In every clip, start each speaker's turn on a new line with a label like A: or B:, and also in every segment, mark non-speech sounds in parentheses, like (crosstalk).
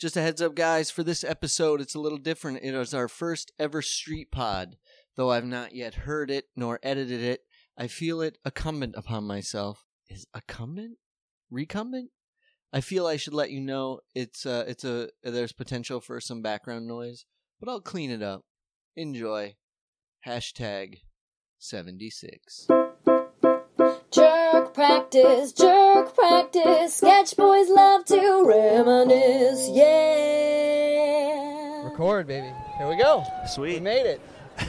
A: Just a heads up, guys, for this episode, it's a little different. It is our first ever street pod, though I've not yet heard it nor edited it. I feel it incumbent upon myself. Is incumbent? Recumbent? I feel I should let you know it's uh it's a there's potential for some background noise, but I'll clean it up. Enjoy. Hashtag seventy six.
B: Jerk practice, jerk practice. Sketch boys love to reminisce. Yeah.
C: Record, baby. Here we go. We
D: Sweet.
C: made it.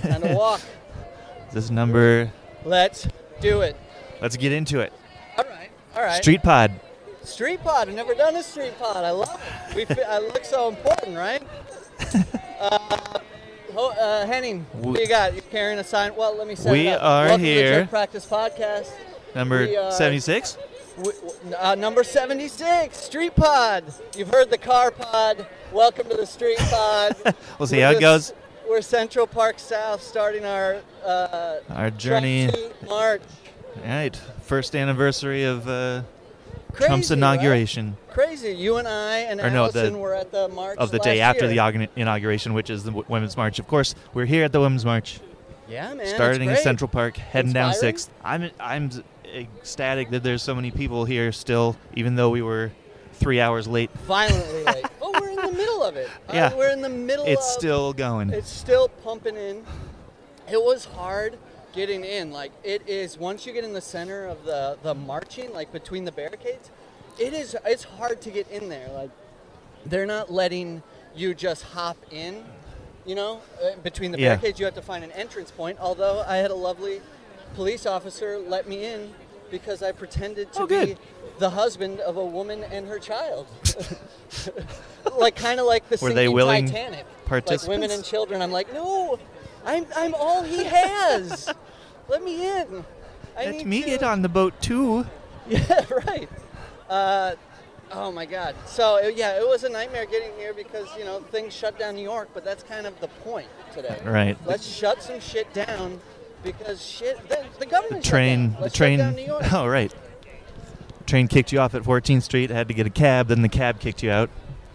C: Time to walk.
D: This number.
C: Let's do it.
D: Let's get into it.
C: All right. All right.
D: Street Pod.
C: Street pod. I've never done a street pod. I love it. We fe- I look so important,
D: (laughs)
C: right? Uh, ho- uh, Henning, what do you got? You're carrying a sign. Well, let me set
D: We
C: it up.
D: are
C: Welcome To the
D: here.
C: Jerk practice podcast.
D: Number
C: We, uh,
D: 76.
C: W- w- uh, number 76, Street Pod. You've heard the car pod. Welcome to the Street Pod.
D: (laughs) We'll see how it
C: We're
D: goes.
C: just- We're Central Park South starting our uh,
D: Our journey.
C: Trump suit March.
D: All right. First anniversary of uh,
C: Crazy,
D: Trump's inauguration.
C: right? Crazy. You and I and
D: Or no, the-
C: Allison were at the march
D: Of the
C: last
D: day after the
C: year.
D: inaugura- inauguration, which is the W- Women's March. Of course, we're here at the Women's March,
C: yeah, man. it's
D: starting in
C: great.
D: Central Park, heading down
C: Inspiring.
D: Sixth. I'm I'm ecstatic that there's so many people here still, even though we were three hours late.
C: Violently late. but we're in the middle of it.
D: (laughs)
C: Uh,
D: Yeah.
C: we're in the middle
D: It's
C: of
D: still going.
C: It's still pumping in. It was hard getting in. Like it is once you get in the center of the the marching, like between the barricades, it is it's hard to get in there. Like they're not letting you just hop in. You know, Uh, between the
D: Yeah.
C: barricades, you have to find an entrance point. Although I had a lovely police officer let me in because I pretended to
D: Oh,
C: be
D: good.
C: the husband of a woman and her child. (laughs) like kind of like the
D: Were they
C: sinking
D: willing
C: Titanic. Like women
D: participants?
C: and children. I'm like, no, I'm I'm all he has. Let me in. I
D: Let
C: need
D: me
C: to-
D: get on the boat too.
C: Yeah, (laughs) right. Uh, oh my God. So it- yeah, it was a nightmare getting here because you know things shut down New York, but that's kind of the point today.
D: Right.
C: Let's shut some shit down because shit. The, the government. shut down.
D: train the
C: Let's shut
D: train
C: down New
D: (laughs)
C: York.
D: oh right train kicked you off at 14th street had to get a cab then the cab kicked you out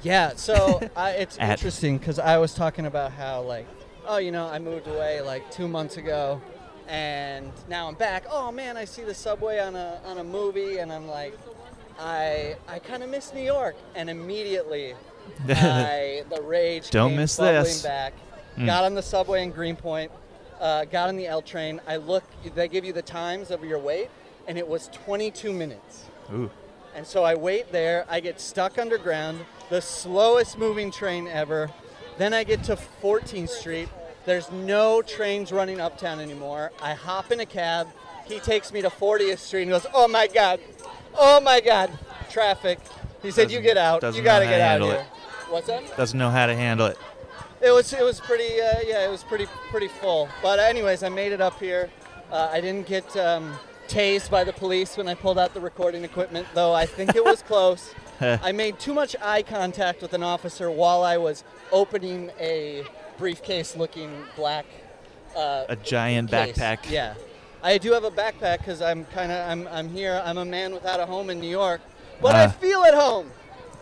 C: Yeah, so
D: (laughs)
C: I, it's
D: At-
C: interesting because I was talking about how, like, oh, you know, I moved away like two months ago, and now I'm back. Oh man, I see the subway on a on a movie, and I'm like, I I kind of miss New York, and
D: (laughs)
C: immediately, I, the rage.
D: Don't
C: came
D: miss
C: bubbling
D: this. Mm.
C: Back, got on the subway in Greenpoint, uh, got on the L train. I look, they give you the times of your wait, and it was 22 minutes.
D: (laughs) Ooh.
C: And so I wait there. I get stuck underground, the slowest moving train ever. Then I get to 14th Street. There's no trains running uptown anymore. I hop in a cab. He takes me to 40th Street and goes, "Oh my God, oh my God, traffic." He said, "You
D: Doesn't-
C: get out. You
D: doesn't
C: gotta
D: know how to
C: get out
D: handle
C: here." What's that?
D: doesn't know how to handle it
C: It was it was pretty uh, yeah it was pretty pretty full. But anyways, I made it up here. Uh, I didn't get um, tased by the police when I pulled out the recording equipment, though I think it
D: (laughs)
C: was close. I made too much eye contact with an officer while I was opening a briefcase-looking black uh,
D: a giant
C: case.
D: backpack
C: Yeah, I do have a backpack because I'm kind of I'm I'm here. I'm a man without a home in New York, but I
D: Ah.
C: feel at home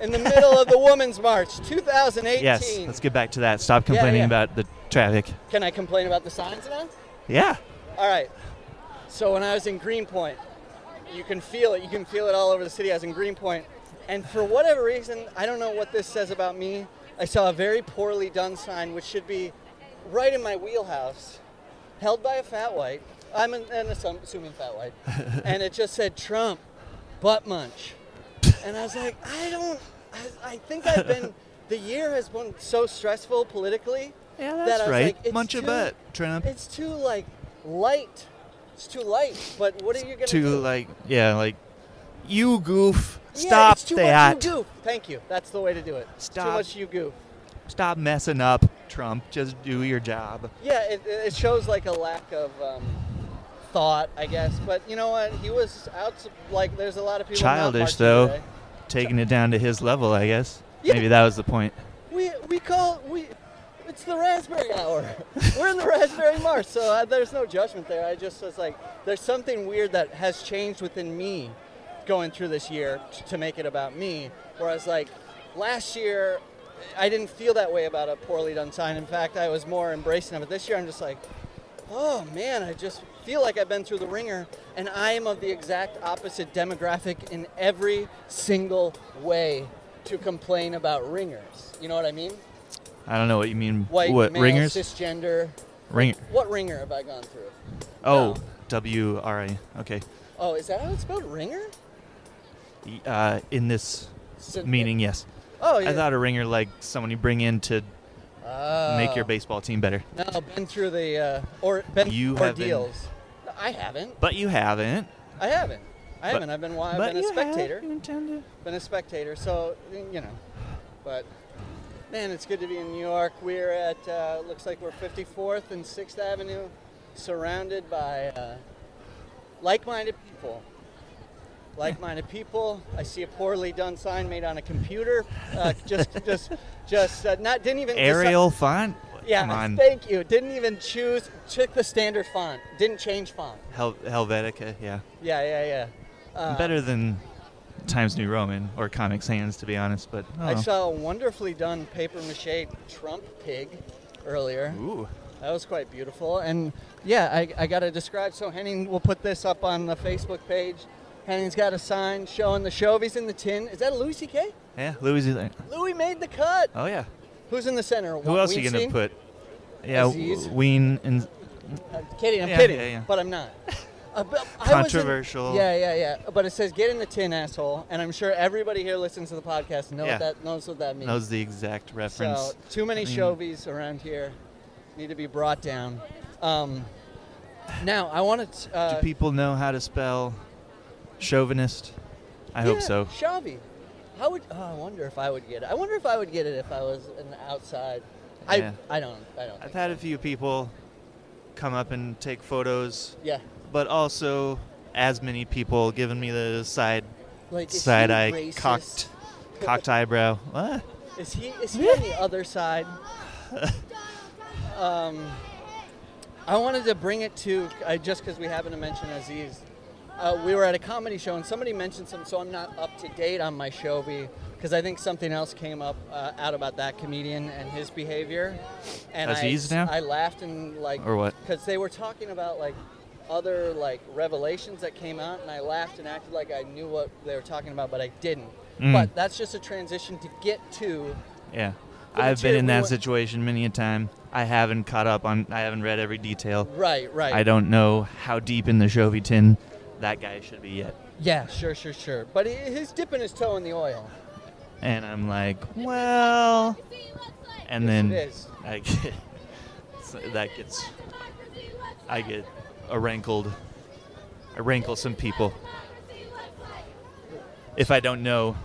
C: in the middle
D: (laughs)
C: of the Women's March 2018.
D: yes let's get back to that stop complaining
C: yeah.
D: about the traffic
C: Can I complain about the signs now?
D: yeah
C: All right. So when I was in Greenpoint, you can feel it. You can feel it all over the city. I was in Greenpoint, and for whatever reason, I don't know what this says about me. I saw a very poorly done sign, which should be right in my wheelhouse, held by a fat white. I'm an, an assum- assuming
D: (laughs)
C: fat white, and it just said Trump, butt munch, and I was like, I don't. I, I think I've
D: (laughs)
C: been. The year has been so stressful politically.
D: yeah
C: that I
D: that's
C: was
D: right
C: like, it's
D: munch a
C: too-
D: butt trump
C: it's too like light. It's too light. But what are you gonna
D: to
C: do?
D: like yeah like you goof
C: Yeah,
D: stop
C: it's too
D: that
C: Much you goof. Thank you. That's the way to do it. It's Too
D: Stop.
C: much you goof.
D: stop messing up trump just do your job
C: Yeah, it, it shows like a lack of um, thought, I guess. But you know what? He was out. Like, there's a lot of people. not
D: childish
C: marching
D: though
C: today.
D: taking it down to his level i guess
C: Yeah.
D: maybe that was the point
C: We we call we. It's the raspberry hour. (laughs) We're in the raspberry march, so uh there's no judgment there. I just was like, there's something weird that has changed within me going through this year t- to make it about me. Where I was like, last year I didn't feel that way about a poorly done sign. In fact, I was more embracing of it. This year, I'm just like, oh man, I just feel like I've been through the ringer, and I am of the exact opposite demographic in every single way to complain about ringers. You know what I mean?
D: I don't know what you mean.
C: White,
D: what
C: male,
D: ringers?
C: cisgender.
D: Ringer.
C: What ringer have I gone through?
D: Oh,
C: no.
D: W R I. Okay.
C: Oh, is that how it's spelled? Ringer?
D: Y- Uh, in this
C: Syn-
D: meaning, yes.
C: Oh, yeah.
D: I thought a ringer like someone you bring in to make your
C: Oh.
D: baseball team better,
C: No, been through the uh, or been
D: You
C: through
D: haven't.
C: ordeals. I haven't.
D: but you haven't.
C: I haven't. I haven't. I've been. wa- I've
D: but
C: been a
D: you have,
C: spectator.
D: you intend to.
C: Been a spectator. So you know, but man, it's good to be in New York. We're at. Uh, looks like we're 54th and 6th Avenue, surrounded by uh, like-minded people. Like-minded people. I see a poorly done sign made on a computer. Uh, just, (laughs) just, just uh, not. Didn't even decide-
D: Arial font.
C: Yeah,
D: Come on.
C: thank you. Didn't even choose, took the standard font. Didn't change font.
D: Hel- Helvetica. Yeah.
C: Yeah, yeah, yeah. Uh,
D: Better than Times New Roman or Comic Sans, to be honest. But
C: I
D: oh.
C: saw a wonderfully done paper mache Trump pig earlier.
D: Ooh.
C: That was quite beautiful. And yeah, I, I got to describe. So Henning will put this up on the Facebook page. Henning's got a sign showing the Chovies in the tin. Is that a Louis C.K.?
D: Yeah, Louis. Zealand.
C: Louis made the cut.
D: Oh yeah.
C: Who's in the center?
D: Who else are you gonna
C: Weinstein?
D: put? Yeah,
C: Aziz?
D: W- Ween and
C: I'm Uh, kidding. I'm
D: Yeah,
C: kidding.
D: yeah, yeah.
C: But I'm
D: (laughs)
C: not. Uh, but I was in-
D: Controversial.
C: yeah, yeah, yeah. But it says "get in the tin, asshole," and I'm sure everybody here listens to the podcast knows
D: Yeah.
C: that knows what that means.
D: knows the exact reference.
C: so too many
D: I mean-
C: shovies around here need to be brought down. Um, now I want to.
D: Do
C: Uh,
D: people know how to spell chauvinist? I
C: yeah,
D: hope so.
C: Shovey. How would? Oh, I wonder if I would get it. I wonder if I would get it if I was an outside.
D: Yeah.
C: I I don't. I don't.
D: I've
C: Think
D: had a few people come up and take photos,
C: yeah.
D: but also as many people giving me the side
C: Like is he
D: side eye
C: racist?
D: cocked cocked eyebrow. What?
C: Is he is he on the other side? um, I wanted to bring it to I, just because we happen to mention Aziz. Uh, we were at a comedy show and somebody mentioned some, so I'm not up to date on my Shobi because I think something else came up uh, out about that comedian and his behavior. And
D: Aziz
C: I,
D: now?
C: I laughed and like
D: Or what?
C: because they were talking about like other like revelations that came out, and I laughed and acted like I knew what they were talking about, but I didn't.
D: Mm.
C: But that's just a transition to get to
D: Yeah.
C: But
D: I've been
C: Jay,
D: in
C: we
D: that
C: wa-
D: situation many a time. I haven't caught up on I haven't read every detail.
C: right, right.
D: I don't know how deep in the Chauvitin that guy should be yet.
C: Yeah, sure, sure, sure. But he, he's dipping his toe in the oil.
D: And I'm like, well. And
C: Yes,
D: then
C: it is.
D: I get, (laughs) so that gets, I get a rankled, I rankle some people. If I don't know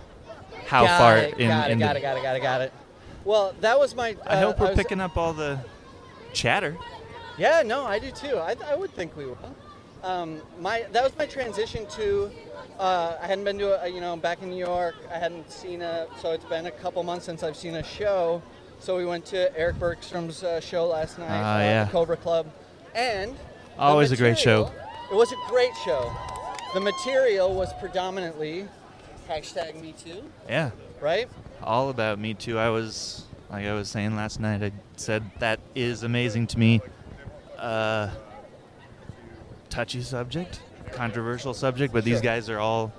D: how
C: got
D: far
C: it,
D: in,
C: got,
D: in the,
C: it, got it, got it, got it, got it. Well, that was my.
D: I
C: uh,
D: hope we're
C: was-
D: picking up all the chatter.
C: Yeah, no, I do too. I, I would think we will. Um, my that was my transition to. Uh, I hadn't been to a, you know I'm back in New York. I hadn't seen a so it's been a couple months since I've seen a show. So we went to Eric Bergstrom's uh, show last night.
D: Ah,
C: uh,
D: yeah.
C: The Cobra Club, and the
D: Always a great show.
C: material- It was a great show. The material was predominantly hashtag Me Too,
D: Yeah,
C: right?
D: all about me too. I was like I was saying last night. I said that is amazing to me. Uh, touchy subject, controversial subject, but these
C: Sure.
D: guys are all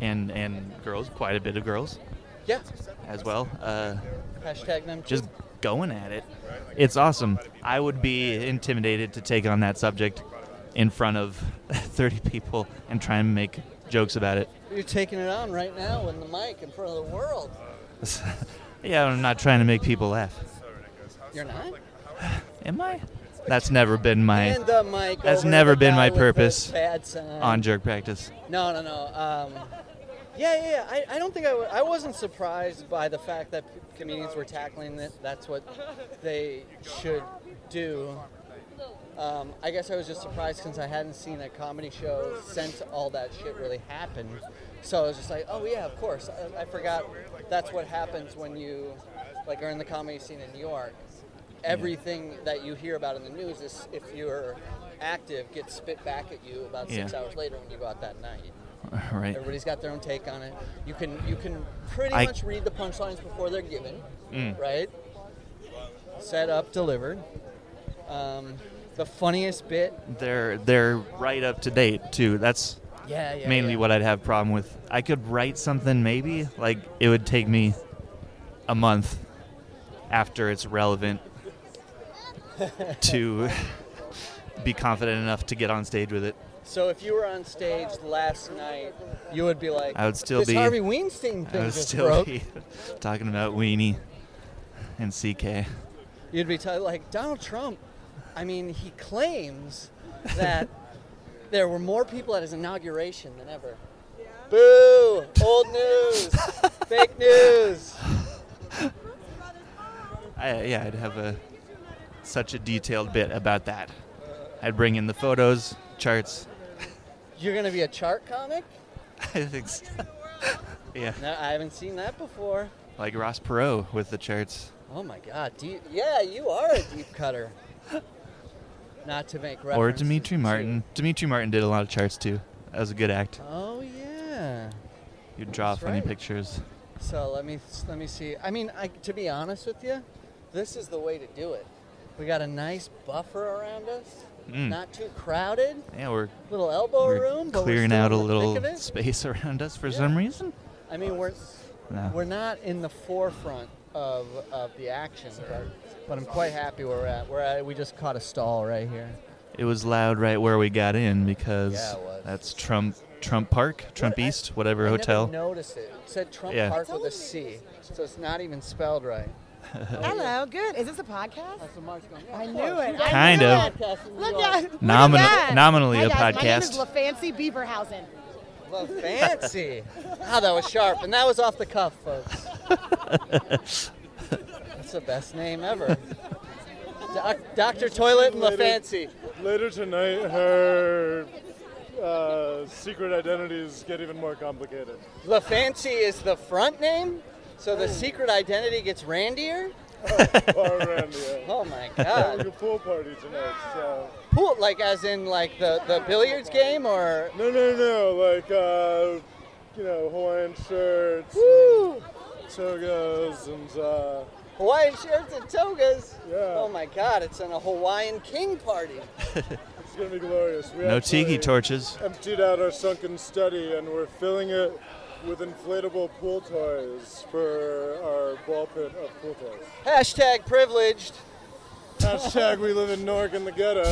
D: and and girls, quite a bit of girls
C: Yeah.
D: as well. Uh,
C: Hashtag them
D: just
C: too.
D: going at it. It's awesome. I would be intimidated to take on that subject in front of (laughs) 30 people and try and make jokes about it.
C: You're taking it on right now in the mic in front of the world.
D: yeah, I'm not trying to make people laugh.
C: You're not.
D: Am I? That's never been my
C: And the mic.
D: That's
C: over
D: never
C: the
D: been my
C: mouth with the
D: purpose
C: Bad sign.
D: on jerk practice.
C: (laughs) No, no, no. Um, yeah, yeah. yeah. I, I don't think I wa- I wasn't surprised by the fact that comedians were tackling that. That's what they should do. Um, I guess I was just surprised since I hadn't seen a comedy show since all that shit really happened. So I was just like, oh yeah, of course. I, I forgot. That's what happens when you like are in the comedy scene in New York. Everything that you hear about in the news is if you're active gets spit back at you about six
D: Yeah.
C: hours later when you go out that night.
D: right.
C: Everybody's got their own take on it. You can you can pretty
D: I-
C: much read the punchlines before they're given,
D: Mm.
C: right? Set up, delivered. Um, the funniest bit,
D: They're they're right up to date too. That's
C: yeah, yeah.
D: mainly
C: yeah.
D: what I'd have problem with. I could write something maybe like it would take me a month after it's
C: (laughs)
D: relevant to be confident enough to get on stage with it.
C: So if you were on stage last night, you would be like,
D: I would still
C: this
D: be-
C: Harvey Weinstein
D: I
C: thing
D: was
C: just
D: still
C: broke.
D: be (laughs) talking about Weenie and CK.
C: (laughs) You'd be t- like Donald Trump. I mean, he claims
D: (laughs)
C: that there were more people at his inauguration than ever. Boo! Old
D: (laughs)
C: news. Fake news.
D: I, yeah, I'd have a such a detailed bit about that. I'd bring in the photos, charts.
C: You're gonna be a chart comic?
D: I think, (laughs) so. yeah,
C: No, I haven't seen that before.
D: like Ross Perot with the charts.
C: Oh my God, deep. Yeah, you are a deep cutter. (laughs) Not to make reference.
D: Or Dimitri Martin. Dimitri Martin did a lot of charts too. That was a good act.
C: Oh yeah.
D: You'd draw
C: That's
D: funny
C: right.
D: pictures.
C: So let me let me see. I mean, I, to be honest with you, this is the way to do it. We got a nice buffer around us,
D: Mm.
C: not too crowded.
D: Yeah, we're,
C: Little elbow
D: we're
C: room, but we're
D: clearing
C: still
D: out a
C: in the thick
D: little
C: of it.
D: space (laughs) around us for some reason.
C: I mean, we're
D: No.
C: we're not in the forefront of, of the action, but, but I'm quite happy where we're at. We're at, we just caught a stall right here.
D: It was loud right where we got in because
C: Yeah, it was.
D: that's Trump Trump Park, Trump
C: I-
D: East, whatever
C: I
D: hotel.
C: Never noticed it. It said Trump
D: Yeah.
C: Park with a C, so it's not even spelled right.
E: Hello, good. Is this a podcast?
C: That's what Mark's going.
E: I knew it. I
D: Kind
E: knew
D: of.
E: it.
C: Podcast in New
E: Look
C: York.
E: at, look at
D: Nomina-
E: that.
D: nominally
E: Hi,
D: a
E: guys. My name is
D: podcast.
E: LaFancy Beaverhausen.
C: Well,
E: (laughs)
C: fancy. Ah, that was sharp. And that was off the cuff, folks.
D: (laughs)
C: That's the best name ever. Doc, Dr. Toilet and LaFancy.
F: Later tonight, her uh, secret identities get even more complicated. (laughs)
C: LaFancy is the front name, so the secret identity gets randier?
F: Bar Randia.
D: (laughs)
C: Oh my
F: Having
C: god.
F: uh, a pool party tonight, so.
C: Pool, like as in like the, the billiards game or.
F: No, no, no, like, uh, you know, Hawaiian shirts,
C: Woo!
F: togas, and, uh,
C: Hawaiian shirts and togas.
F: Yeah.
C: Oh my god, it's in a Hawaiian king party.
F: it's gonna be glorious. We
D: no tiki
F: actually
D: torches.
F: Emptied out our sunken study, and we're filling it with inflatable pool toys for our ball pit of pool toys.
C: Hashtag privileged.
F: Hashtag we live in Newark in the ghetto.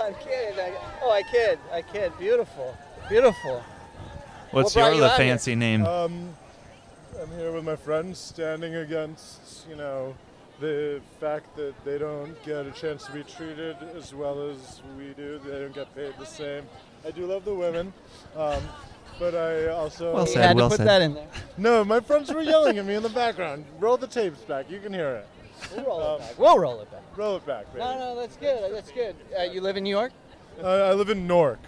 C: I'm kidding. I, oh, I kid. I kid. Beautiful. Beautiful.
D: What's
C: brought
D: your
C: you
D: the
C: out here? Oh,
D: fancy name?
F: Um, I'm here with my friends, standing against, you know, the fact that they don't get a chance to be treated as well as we do. They don't get paid the same. I do love the women, um, but I also
D: Well
C: You
D: said.
C: had to
D: well
C: put
D: said.
C: that in there.
F: no. My friends were yelling at me in the background. Roll the tapes back. You can hear it.
C: We'll roll it back. We'll roll it back.
F: Roll it back, baby.
C: Um, No, no, that's good. That's good. Uh, you live in New York?
F: Uh, I live in Newark.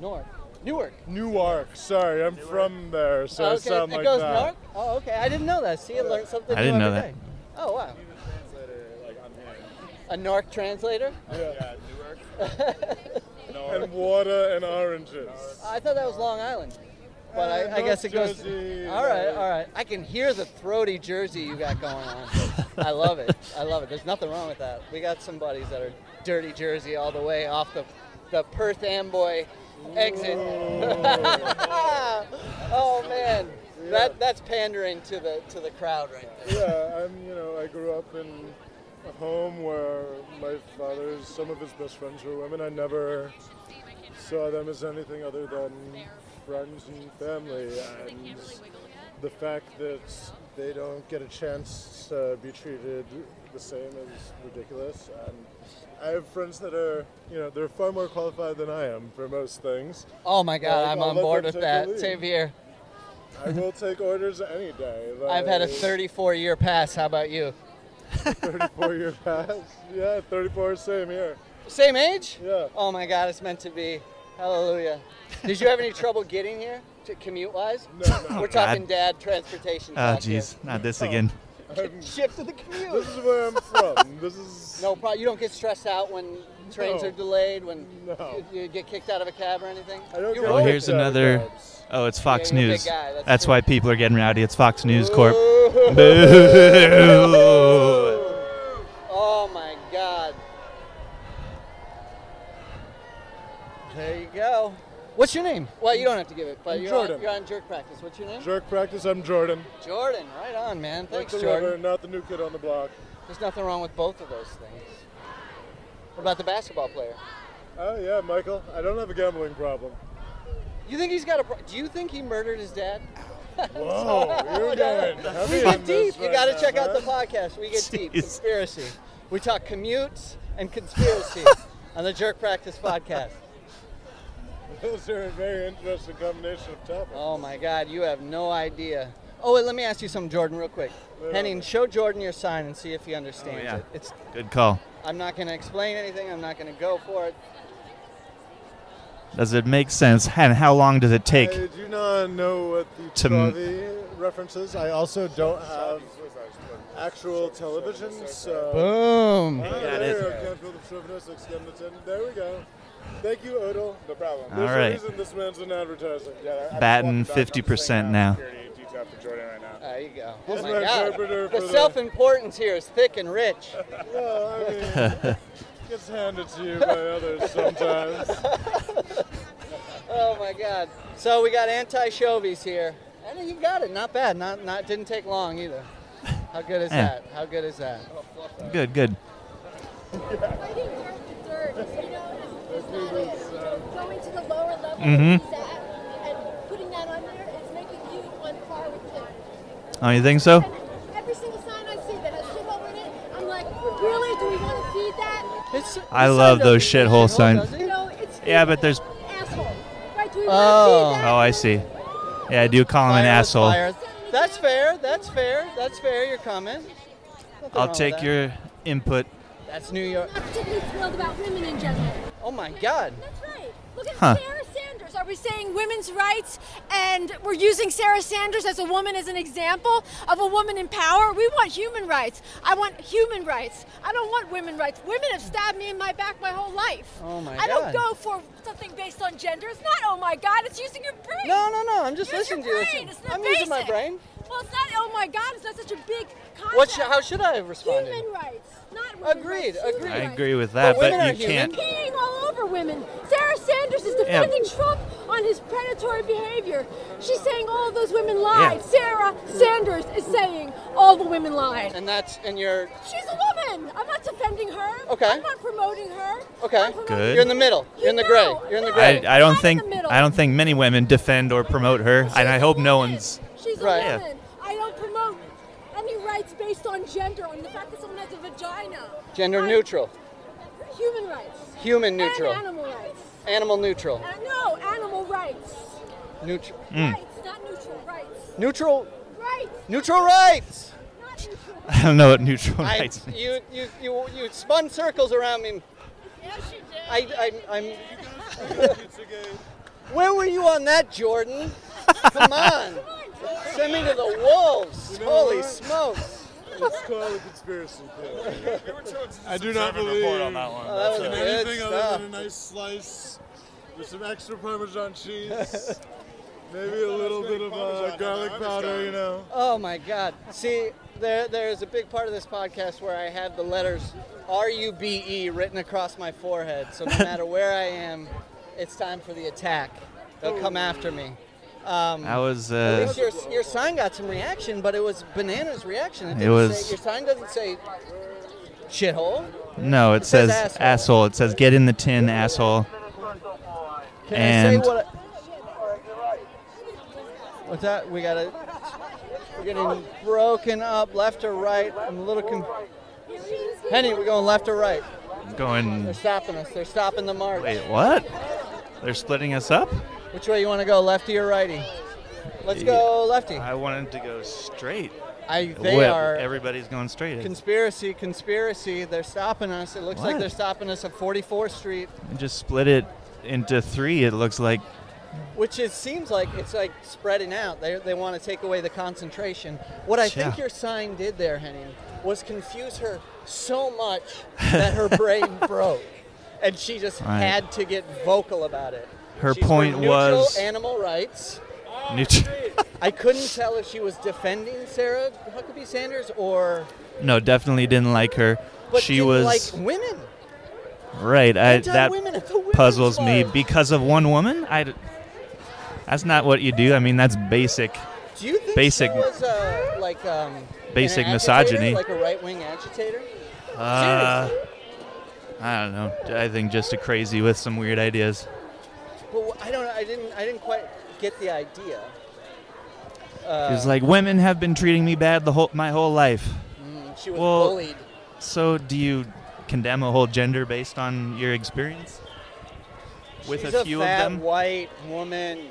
C: Newark. Newark.
F: Newark. Sorry, I'm from there, so I
C: Oh, okay,
F: sound
C: it
F: like
C: goes
F: that.
C: Newark. Oh, okay. I didn't know that. See, I learned something
D: I
C: new
D: didn't know
C: every
D: that.
C: day. Oh wow. A Newark translator?
F: And water and oranges.
C: I thought that was Long Island. But
F: Uh,
C: I, I
F: North
C: guess it goes.
F: Jersey,
C: all right,
F: like-
C: all right. I can hear the throaty jersey you got going on. I love it. I love it. There's nothing wrong with that. We got some buddies that are dirty jersey all the way off the, the Perth Amboy exit. (laughs) oh man, that that's pandering to the to the crowd right there.
F: Yeah, I'm. You know, I grew up in a home where my father's some of his best friends were women. I never saw them as anything other than friends and family. And the fact that they don't get a chance to be treated the same is ridiculous. And I have friends that are, you know, they're far more qualified than I am for most things.
C: Oh my God,
F: Well,
C: I'm
F: I'll
C: on
F: let
C: board
F: them
C: with
F: take the
C: that.
F: lead.
C: Same here.
F: I
C: (laughs)
F: will take orders any day.
C: I've had a
F: like-
C: 34 year pass. How about you?
F: 34 year pass. Yeah, 34, same here.
C: Same age?
F: Yeah.
C: Oh my God, it's meant to be. Hallelujah. Did you have any trouble getting here, to commute wise?
F: No, no.
C: We're
D: God.
C: talking dad transportation.
D: Oh,
C: talk here.
D: jeez, not this again.
F: I'm-
C: Shift to the commute.
F: this is where I'm from. This is
C: No problem. You don't get stressed out when trains
F: No.
C: are delayed, when
F: No.
C: you, you get kicked out of a cab or anything?
F: I don't
C: You're
D: Oh,
F: get
C: right.
F: like
D: here's
F: that
D: another-
F: jobs.
D: Oh, it's Fox
C: Yeah, you're a big
D: News.
C: guy, that's
D: That's, why people are getting rowdy. It's Fox News Corp. (laughs)
C: Ooh.
D: Boo!
C: Oh my god. There you go. What's your name? Well, you don't have to give it, but you're on,
F: Jordan.
C: you're on jerk practice. What's your name?
F: Jerk practice. I'm Jordan.
C: Jordan. Right on, man. Thanks,
F: like the
C: Jordan.
F: river, not the new kid on the block.
C: There's nothing wrong with both of those things. What about the basketball player?
F: Oh yeah, Michael. I don't have a
C: (laughs)
F: gambling problem.
C: You think he's got a? Pro- Do you think he murdered his dad? Oh,
F: Whoa, Oh, you're going
C: (laughs)
F: heavy
C: we
F: on
C: get
F: this
C: deep. You
F: right
C: got to
F: now,
C: check out the
F: huh?
C: podcast. We get deep.
D: Jeez.
C: Conspiracy. We talk commutes and (laughs) conspiracy on the Jerk Practice podcast.
F: (laughs) Those are a very interesting combination of topics.
C: Oh my God, you have no idea. Oh, wait, let me ask you something, Jordan, real quick.
F: Wait, wait,
C: Henning,
F: wait.
C: show Jordan your sign and see if he understands
D: yeah.
C: it. It's.
D: Good call.
C: I'm not going to explain anything. I'm not going to go for it.
D: Does it make sense? And how long does it take?
F: I do not know what the
D: To m-
F: Travi references. I also don't have actual television, so.
C: Boom.
F: Ah,
D: Got
F: there
D: it.
F: you go, Canfield of Chauvinist, Extendleton. There we go. Thank you, Odell. No problem.
D: All
F: There's
D: right.
F: a reason this man's in advertising.
D: Batten 50% now.
C: There you go.
F: This
C: Oh
F: is my
C: my God.
F: interpreter for
C: The
F: the-
C: self-importance here is thick and rich.
F: (laughs) Well, I mean, (laughs) gets handed to you by others sometimes. (laughs)
C: Oh my God. So we got anti Chovies here, and you got it. Not bad. Not not didn't take long either. How good is
D: Yeah.
C: that? How good is that?
D: Good, good.
G: fighting dirt with dirt. You know, it's not it. So going to the lower level
D: Mhm.
G: that he's at and putting that on there is making you on par with him.
D: Oh, you think so?
G: And every single sign I see that has shithole in it, I'm like, really? Do we want to feed that?
C: It's-
D: I
C: this
D: love
C: sign
D: those
C: doesn't
D: shithole
C: say
D: signs.
C: does
G: You
C: it?
G: know, it's
D: Yeah, but there's-
G: asshole. Right? Do we
C: Oh.
G: want to feed that?
D: Oh, I see. Yeah, I do call him an
C: Fire is
D: asshole.
C: fire. That's fair. That's fair. That's fair. Your comment. Nothing wrong
D: I'll
C: with
D: take
C: that.
D: your input.
C: That's New York.
G: I'm not particularly thrilled about women in general.
C: Oh my God.
G: That's right. Look at
D: Huh.
G: Sarah Sanders. Are we saying women's rights and we're using Sarah Sanders as a woman as an example of a woman in power? We want human rights. I want human rights. I don't want women rights. Women have stabbed me in my back my whole life.
C: Oh my
G: I
C: God.
G: don't go for something based on gender. It's not oh my god, it's using your brain.
C: No, no, no. I'm just
G: Use your
C: listening to you.
G: brain.
C: Listen.
G: It's not
C: I'm using my
G: basic.
C: brain.
G: Well, it's not oh my god, it's not such a big concept.
C: What? Sh- how should I have responded?
G: Human rights, not women
C: Agreed,
G: rights,
C: agreed.
G: human
D: I
G: rights.
D: agree with that, but
C: women are
D: you
C: human.
D: can't.
G: peeing all over women. Sarah Sanders is
D: Yeah.
G: defending Trump on his predatory behavior. She's saying all of those women lied.
D: Yeah.
G: Sarah Sanders is saying all the women lied.
C: And that's and you're
G: She's a woman. I'm not defending her.
C: Okay.
G: I'm not promoting her.
C: Okay.
G: I'm promoting
D: Good.
C: you're in the middle. You're in the gray. You're in the
D: I,
C: gray.
D: I don't
G: Right in
D: think
G: the middle.
D: I don't think many women defend or promote her, and I
G: She's a
D: hope no
G: woman.
D: one's. (laughs)
G: She's a
C: Right.
D: Yeah.
G: woman. I don't promote any rights based on gender, on the fact that someone has a vagina.
C: Gender
G: I-
C: neutral.
G: Human rights.
C: Human neutral.
G: And animal rights.
C: Animal neutral.
G: Uh, no, animal rights.
C: Neutral.
D: Hmm.
G: Rights, not neutral rights.
C: Neutral.
G: Rights,
C: Neutral rights.
G: not neutral.
D: (laughs) I don't know what neutral rights.
C: I,
D: mean.
C: you, you, you, you spun circles around me. I, I, I'm. Where were you on that, Jordan?
D: (laughs)
C: Come on. Send me to the wolves.
F: You know
C: Holy
F: what?
C: smokes.
F: Let's call it conspiracy theory. I do not believe
H: report on that one.
C: Oh, that was
F: in
C: good
F: anything
C: stuff.
F: other than a nice slice with some extra Parmesan (laughs) cheese. Maybe a little bit of uh, garlic powder, you know.
C: Oh my God. See, there, there is a big part of this podcast where I have the letters R U B E written across my forehead.
D: (laughs)
C: So no matter where I am, it's time for the attack. They'll come after me. Um,
D: I was.
C: At
D: Uh,
C: least your, your sign got some reaction, but it was bananas reaction. It,
D: It
C: didn't
D: was-
C: Say, your sign doesn't say shithole.
D: no, it
C: says
D: says
C: asshole.
D: asshole. It says get in the tin, asshole.
C: Can I
D: And-
C: say what? I, what's that? We got to We're getting broken up left or right. I'm a little. Con- Henny, we're going left or right.
D: Going.
C: They're stopping us. They're stopping the march.
D: Wait, what? They're splitting us up?
C: Which way you want to go, lefty or righty? Let's go lefty.
D: I wanted to go straight.
C: I, they
D: Well,
C: are.
D: Everybody's going straight.
C: Conspiracy, conspiracy. They're stopping us. It looks like
D: What?
C: they're stopping us at 44th Street.
D: And just split it into three. It looks like.
C: Which it seems like it's like spreading out. They, they want to take away the concentration. What I think
D: Yeah.
C: your sign
D: (laughs)
C: did there, Henning, was confuse her so much that her brain broke. and she just
D: Right.
C: had to get vocal about it.
D: Her
C: She's for
D: point
C: neutral
D: was-
C: animal rights.
D: Neut-
C: I couldn't tell if she was defending Sarah Huckabee Sanders or
D: (laughs) no, definitely didn't like her.
C: but
D: she
C: didn't
D: was
C: like women.
D: right. I,
C: Anti-women
D: that
C: at the women's
D: puzzles me
C: bar.
D: because of one woman. I. d- That's not what you do. I mean, that's basic.
C: Do you think
D: basic-
C: she was uh, like um, an
D: Basic
C: agitator,
D: misogyny.
C: like a right wing agitator?
D: Uh, I don't know. I think just a crazy with some weird ideas.
C: Well, I don't. I didn't. I didn't quite get the idea.
D: She
C: Uh,
D: was like, women have been treating me bad the whole my whole life.
C: She was
D: Well-
C: bullied.
D: So, do you condemn a whole gender based on your experience? With
C: She's
D: a few
C: fat,
D: of them,
C: white
D: (laughs)
C: woman.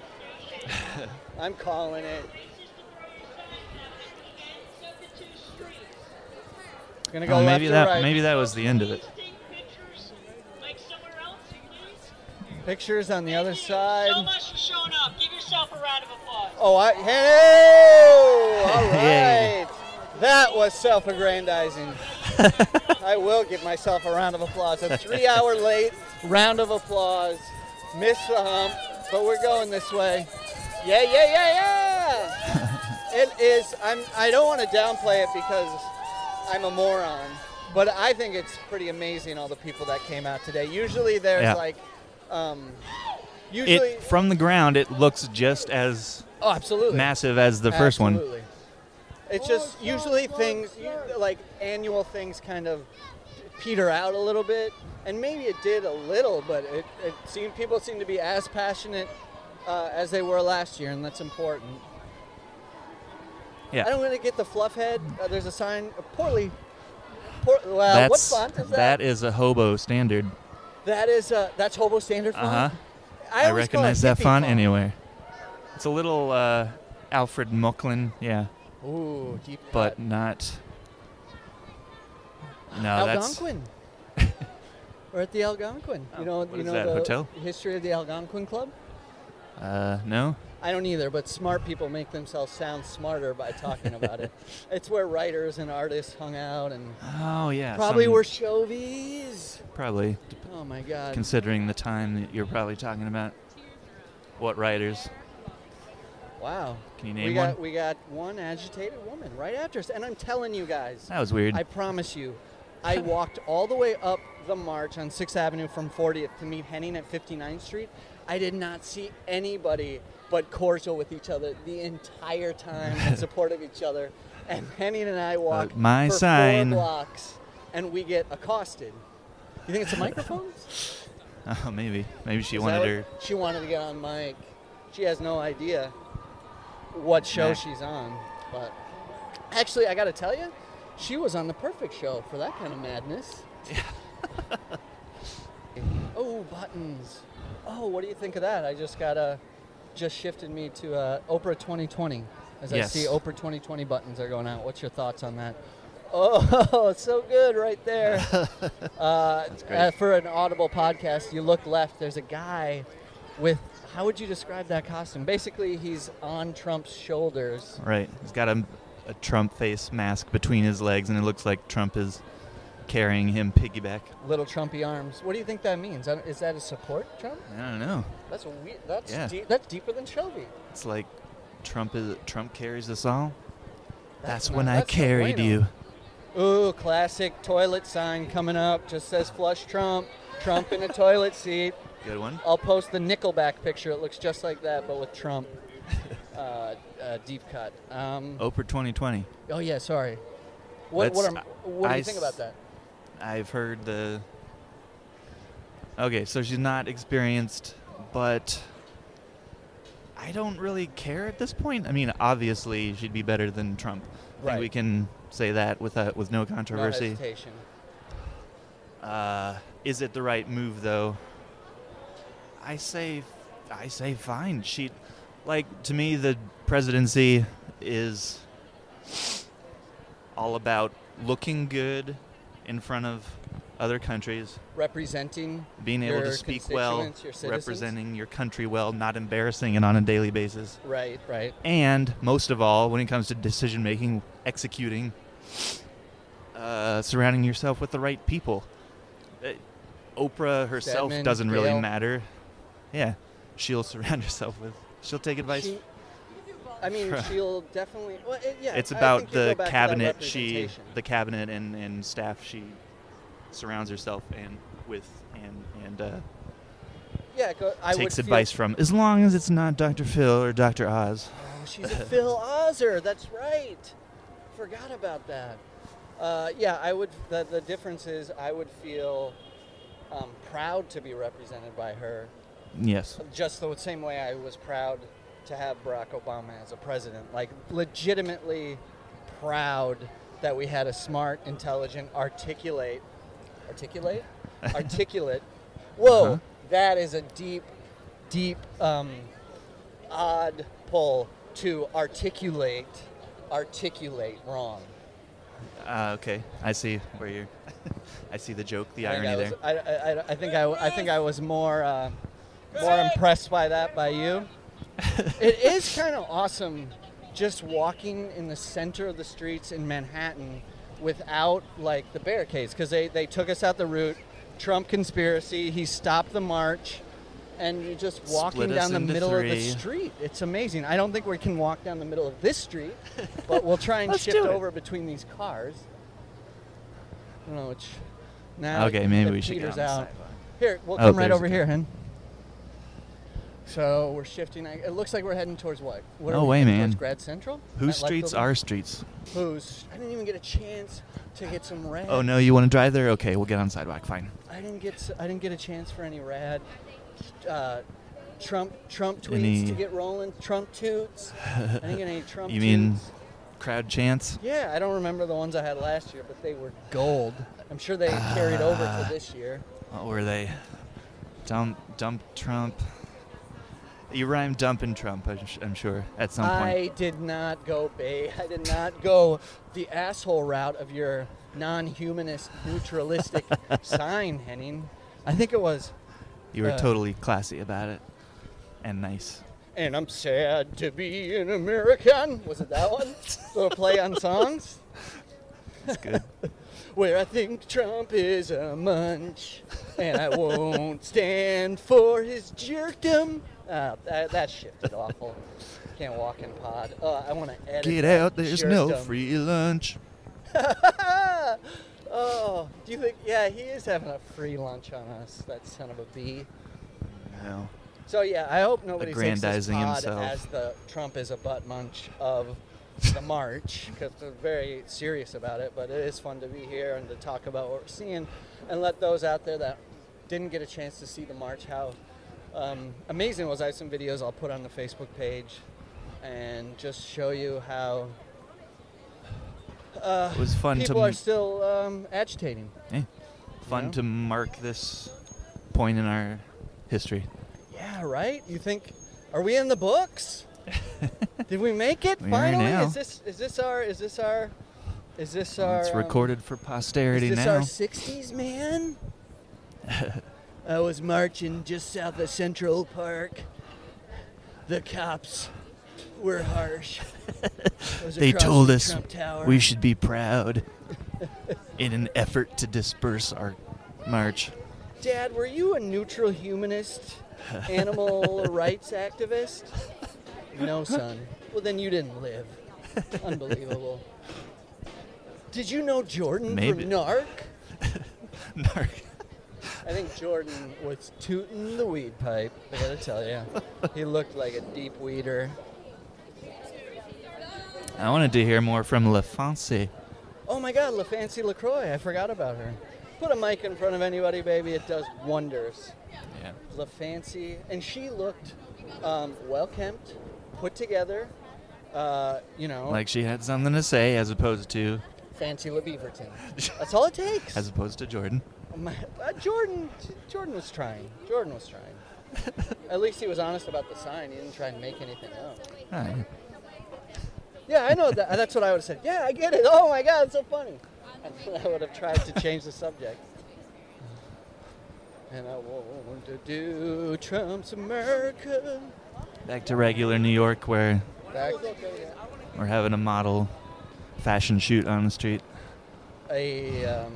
C: I'm calling it. Gonna go
D: Oh,
C: left
D: maybe
C: or
D: that
C: right.
D: maybe that was the end of it.
H: Like somewhere else, please.
C: Pictures on the other side.
H: So much for showing up. Give yourself a round of applause.
C: Oh, I. Hey!
D: (laughs)
C: All
D: Hey.
C: right. That was self aggrandizing. I will give myself a round of applause. A
D: (laughs)
C: three hour late round of applause. Missed the hump, but we're going this way. Yeah, yeah, yeah, yeah! it is. I'm, I don't want to downplay it because I'm a moron, but I think it's pretty amazing all the people that came out today. Usually there's
D: Yeah.
C: like. Um, usually.
D: It from the ground, it looks just as
C: oh, absolutely.
D: massive as the first one.
C: Absolutely. It's just usually things like annual things kind of peter out a little bit, and maybe it did a little, but it, it seemed people seem to be as passionate uh, as they were last year, and that's important. I
D: Yeah,
C: don't want to get the fluff head. Uh, there's a sign uh, poorly. Poor, well, Uh, what
D: that's
C: font is that?
D: that is a hobo standard.
C: that is uh, that's hobo standard font.
D: Uh huh.
C: I,
D: I,
C: always call it
D: recognize that
C: hippie
D: font anywhere. It's a little uh, Alfred Mucklin, yeah,
C: Ooh, deep cut.
D: but not. No, Uh, that's
C: Algonquin.
D: (laughs)
C: We're at the Algonquin.
D: Oh,
C: you know,
D: what
C: you
D: is
C: know
D: that,
C: the
D: hotel?
C: history of the Algonquin Club.
D: uh, no.
C: I don't either, but smart people make themselves sound smarter by talking about
D: (laughs)
C: it. It's where writers and artists hung out and
D: Oh yeah,
C: probably
D: some-
C: were Chovies.
D: probably
C: Oh my God!
D: considering the time that you're probably talking about. What writers?
C: wow.
D: Can you
C: we
D: name
C: got
D: one?
C: we got one agitated woman right after us, and I'm telling you guys,
D: That was weird.
C: I promise you,
D: (laughs)
C: I walked all the way up the march on 6th Avenue from 40th to meet Henning at 59th Street. I did not see anybody but cordial with each other the entire time
D: (laughs)
C: in support of each other. And Henning and I walk
D: Uh, my
C: for
D: sign.
C: four blocks and we get accosted.
D: (laughs)
C: You think it's a microphone?
D: (laughs) oh, maybe, maybe she
C: Is that
D: wanted her.
C: what- She wanted to get on mic. She has no idea what show
D: Nah.
C: she's on. But actually, I got to tell you, she was on the perfect show for that kind of madness. oh, buttons. Oh, what do you think of that? I just got a just shifted me to uh, Oprah 2020. As
D: Yes.
C: I see Oprah 2020 buttons are going out. What's your thoughts on that? Oh, (laughs) it's so good right
D: (laughs)
C: there. Uh,
D: great.
C: uh, for an audible podcast, you look left. There's a guy with how would you describe that costume? Basically, he's on Trump's shoulders.
D: Right. He's got a, a Trump face mask between his legs, and it looks like Trump is carrying him piggyback.
C: Little Trumpy arms. What do you think that means? Uh, Is that a support Trump?
D: I don't know.
C: That's weird. That's
D: Yeah.
C: deep, that's deeper than Shelby.
D: It's like Trump is Trump carries us all. That's,
C: not-
D: when I
C: that's no
D: carried
C: bueno.
D: you.
C: Ooh, classic toilet sign coming up. Just says "Flush Trump." Trump in a toilet seat.
D: Good one.
C: I'll post the Nickelback picture. It looks just like that, but with Trump. Uh, uh, deep cut. Um,
D: Oprah 2020.
C: oh yeah, sorry. What, what,
D: That's-
C: am- what do
D: I
C: you think about
D: s-
C: that?
D: I've heard the. Okay, so she's not experienced, but I don't really care at this point. I mean, obviously she'd be better than Trump. I
C: Right.
D: think we can say that with uh, with no
C: No
D: controversy.
C: hesitation.
D: Uh, is it the right move though? I say, I say, fine. She, like to me, the presidency is all about looking good in front of other countries,
C: Representing
D: being able to
C: your
D: speak well,
C: constituents, your citizens.
D: representing your country well, not embarrassing it on a daily basis,
C: Right, right.
D: and most of all, when it comes to decision making, executing, uh, surrounding yourself with the right people. Uh, Oprah herself
C: Stedman,
D: doesn't really
C: Gale.
D: matter. Yeah, she'll surround (laughs) herself with. She'll take advice.
C: She- I mean, she'll definitely. Well, it, yeah,
D: it's
C: I think
D: about
C: you go
D: the
C: back to that
D: cabinet she,
C: representation.
D: the cabinet and, and staff she surrounds herself and with and and uh,
C: yeah, go, I would
D: takes
C: feel-
D: advice from. As long as it's not Dr. Phil or Dr. Oz.
C: Oh, she's a Phil Ozer. That's right. Forgot about that. Uh, yeah, I would. The, the difference is, I would feel um, proud to be represented by her,
D: Yes.
C: just the same way I was proud to have Barack Obama as a president. Like, legitimately proud that we had a smart, intelligent, articulate, articulate, articulate. Whoa,
D: Uh-huh.
C: that is a deep, deep, um, odd pull to articulate, articulate wrong.
D: Uh, okay, I see where you're. (laughs) I see the joke, the
C: I think
D: irony
C: I,
D: there.
C: was, I, I, I- I think I, I think I was more uh, more impressed by that by
D: (laughs)
C: you. it is kind of awesome just walking in the center of the streets in Manhattan without like the barricades because they, they took us out the route. Trump conspiracy. He stopped the march, and you're just walking
D: Split us
C: down the
D: into
C: middle of
D: three.
C: the street. It's amazing. I don't think we can walk down the middle of this street, but we'll try and
D: Let's
C: shift
D: do it.
C: over between these cars. I don't know which. Now
D: Okay,
C: it-
D: maybe
C: it
D: we should get
C: peters
D: on the
C: out.
D: sidewalk.
C: Here, we'll
D: Oh,
C: come right
D: there's
C: over
D: the
C: here,
D: car.
C: Hen. So we're shifting. I- It looks like we're heading towards what? What are
D: No
C: we
D: way,
C: heading towards,
D: man.
C: Grad Central.
D: Whose
C: That light
D: streets
C: building?
D: are streets?
C: Whose? I didn't even get a chance to get some rad.
D: Oh no, you want to drive there? Okay, we'll get on sidewalk. Fine.
C: I didn't get. s- I didn't get a chance for any rad. Uh, Trump Trump tweets
D: Any-
C: to get rolling. Trump toots. I didn't get any
D: (laughs)
C: Trump.
D: You mean
C: toots.
D: crowd chants?
C: Yeah, I don't remember the ones I had last year, but they were gold. I'm sure they
D: Ah.
C: carried over to this year.
D: What were oh, they? Dump, dump, Trump. You rhyme dump and Trump, I'm, sh- I'm sure, at some point.
C: I did not go ba I did not go the asshole route of your non-humanist,
D: (laughs)
C: neutralistic sign, Henning. I think it was.
D: You were
C: uh,
D: totally classy about it and nice.
C: And I'm sad to be an American. Was it
D: (laughs)
C: that one? Little play on songs.
D: It's good.
C: (laughs) Where I think Trump is a munch, and I won't stand for his jerkdom. Uh, that, that shifted awful. Can't walk in pod. Uh, I want to edit.
D: get
C: that um,
D: out, there's no
C: jerkdom.
D: free lunch.
C: (laughs) oh, do you think? Yeah, he is having a free lunch on us. That son of a bee.
D: No.
C: So yeah, I hope nobody takes this
D: Aggrandizing
C: pod
D: himself.
C: as the Trump is a butt munch of the march because they're very serious about it. But it is fun to be here and to talk about what we're seeing and let those out there that didn't get a chance to see the march how um, amazing it was. I have some videos I'll put on the Facebook page and just show you how uh,
D: It was fun to
C: people are
D: m-
C: still um, agitating.
D: eh, fun
C: know?
D: to mark this point in our history.
C: Yeah, right. You think, are we in
D: (laughs)
C: the books? Did we make it
D: We are
C: finally?
D: now.
C: Is this is this our is this our is this our?
D: It's
C: um,
D: recorded for
C: Is
D: posterity
C: this
D: now.
C: our
D: (laughs)
C: '60s man? I was marching just south of Central Park. The cops were
D: (laughs)
C: harsh. I was
D: They
C: across
D: told
C: the
D: us
C: Trump Tower.
D: we should be proud in an effort to disperse our march.
C: Dad, were you a neutral humanist, animal rights activist? No, son. Well, then you didn't live. Unbelievable. Did you know Jordan
D: Maybe.
C: from Narc?
D: Narc.
C: I think Jordan was tooting the weed pipe. I gotta tell you, he looked like a deep weeder.
D: (laughs) I wanted to hear more from LaFonce.
C: Oh my God, LaFancy Lacroix. I forgot about her. Put a mic in front of anybody, baby. It does wonders.
D: Yeah.
C: LaFancy, and she looked um, well kempt, put together. Uh, you know,
D: Like she had something to say as opposed to (laughs)
C: fancy LaBeaverton. That's all it takes.
D: as opposed to Jordan.
C: My- uh, Jordan, Jordan was trying. Jordan was trying.
D: (laughs)
C: At least he was honest about the sign. He didn't try and make anything up.
D: Ah, yeah.
C: Yeah, I know that. That's what I would have said. Yeah, I get it. Oh my God, it's so funny. (laughs) And I would have tried to change the subject. And I want to do Trump's America.
D: Back to regular New York where
C: Back.
D: we're having a model fashion shoot on the street.
C: a um,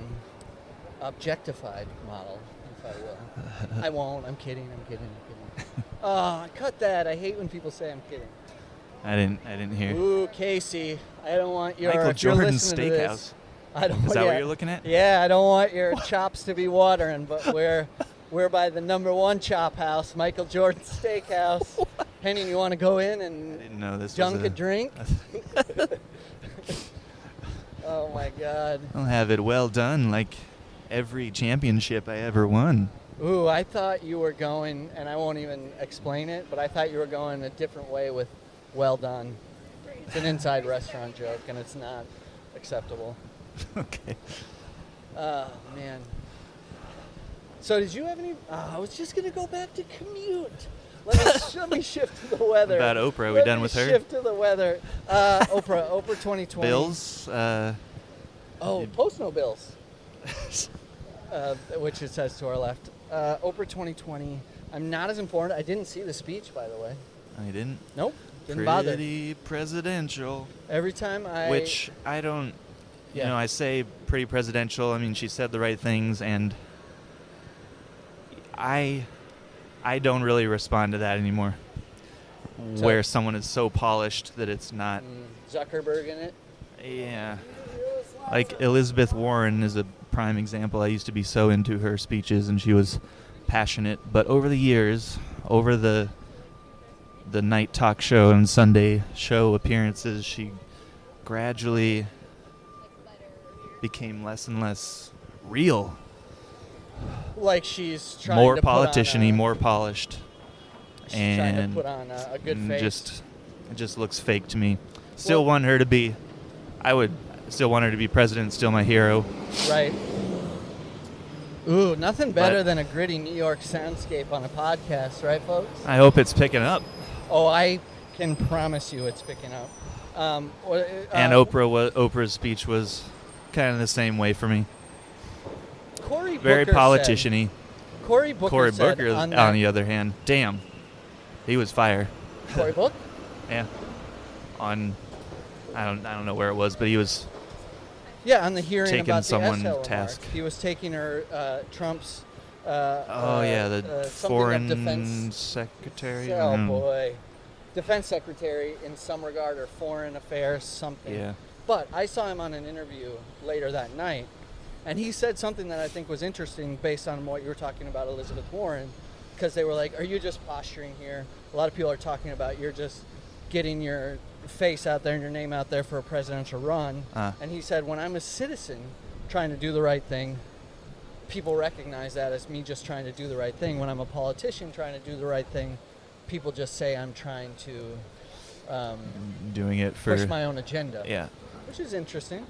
C: objectified model, in I will. I won't. I'm kidding. I'm kidding. I'm
D: (laughs)
C: kidding. Oh, cut that. I hate when people say I'm kidding.
D: I didn't. I didn't hear.
C: Ooh, Casey, I don't want your
D: Michael
C: if you're
D: Jordan's
C: listening to
D: Steakhouse.
C: this, I don't.
D: Is that
C: yeah,
D: what you're looking at?
C: Yeah, I don't want your chops to be watering, but we're we're by the number one chop house, Michael Jordan's
D: (laughs)
C: Steakhouse. Henny, you want to go in and
D: Didn't know this.
C: dunk
D: was (laughs)
C: a, drink? oh my God.
D: I'll have it well done, like every championship I ever won. (laughs)
C: Ooh, I thought you were going, and I won't even explain it, but I thought you were going a different way with "well done." It's an inside restaurant joke, and it's not acceptable.
D: okay.
C: Oh man. So did you have any? Oh, I was just gonna go back to commute. Let
D: (laughs)
C: me, let me shift to the weather.
D: About Oprah, are we
C: Let
D: done
C: me
D: with her?
C: Shift to the weather. Uh,
D: (laughs)
C: Oprah, Oprah 2020.
D: Bills. Uh,
C: Oh, post
D: (laughs)
C: no bills. uh, which it says to our left. Uh, Oprah 2020. I'm not as informed. I didn't see the speech, by the way.
D: I didn't.
C: Nope, didn't bother.
D: Pretty presidential.
C: Every time I
D: which I don't.
C: Yeah.
D: You know, I say pretty presidential. I mean, she said the right things, and I, I don't really respond to that anymore.
C: So-
D: Where someone is so polished that it's not.
C: Zuckerberg in it.
D: Yeah. Like Elizabeth Warren is a prime example. I used to be so into her speeches and she was passionate, but over the years, over the the night talk show and Sunday show appearances, she gradually became less and less real.
C: Like she's trying
D: More
C: to put on
D: politician-y,
C: a-
D: more polished.
C: she's trying to
D: and-
C: put on a, a good
D: and
C: face.
D: Just, it just looks fake to me. Still
C: Well-
D: want her to be. I would still want her to be president. Still my hero.
C: Right. Ooh, nothing better
D: But-
C: than a gritty New York soundscape on a podcast, right, folks?
D: I hope it's picking up.
C: Oh, I can promise you it's picking up. Um, wha- uh,
D: and Oprah, wa- Oprah's speech was kind of the same way for me.
C: Cory
D: Very
C: Booker said-
D: politician-y.
C: Cory Booker.
D: Cory
C: said
D: Booker,
C: on,
D: on,
C: that-
D: the other hand, damn, he was fire.
C: Cory Book.
D: Yeah. On, I don't, I don't know where it was, but he was.
C: Yeah, on the hearing
D: Taking
C: about
D: someone
C: the SL
D: task.
C: Remark. He was taking her uh, Trump's. Uh,
D: Oh
C: uh,
D: yeah, the
C: uh, something of
D: foreign
C: defense
D: secretary. Mm. I
C: Oh
D: don't know.
C: boy, defense secretary in some regard or foreign affairs something.
D: Yeah.
C: But I saw him on an interview later that night, and he said something that I think was interesting based on what you were talking about Elizabeth Warren, because they were like, "Are you just posturing here?" A lot of people are talking about you're just getting your face out there and your name out there for a presidential run.
D: Uh.
C: And he said, "When I'm a citizen trying to do the right thing, people recognize that as me just trying to do the right thing. When I'm a politician trying to do the right thing, people just say I'm trying to um,
D: Doing it for.
C: push my own agenda,
D: yeah.
C: which is interesting.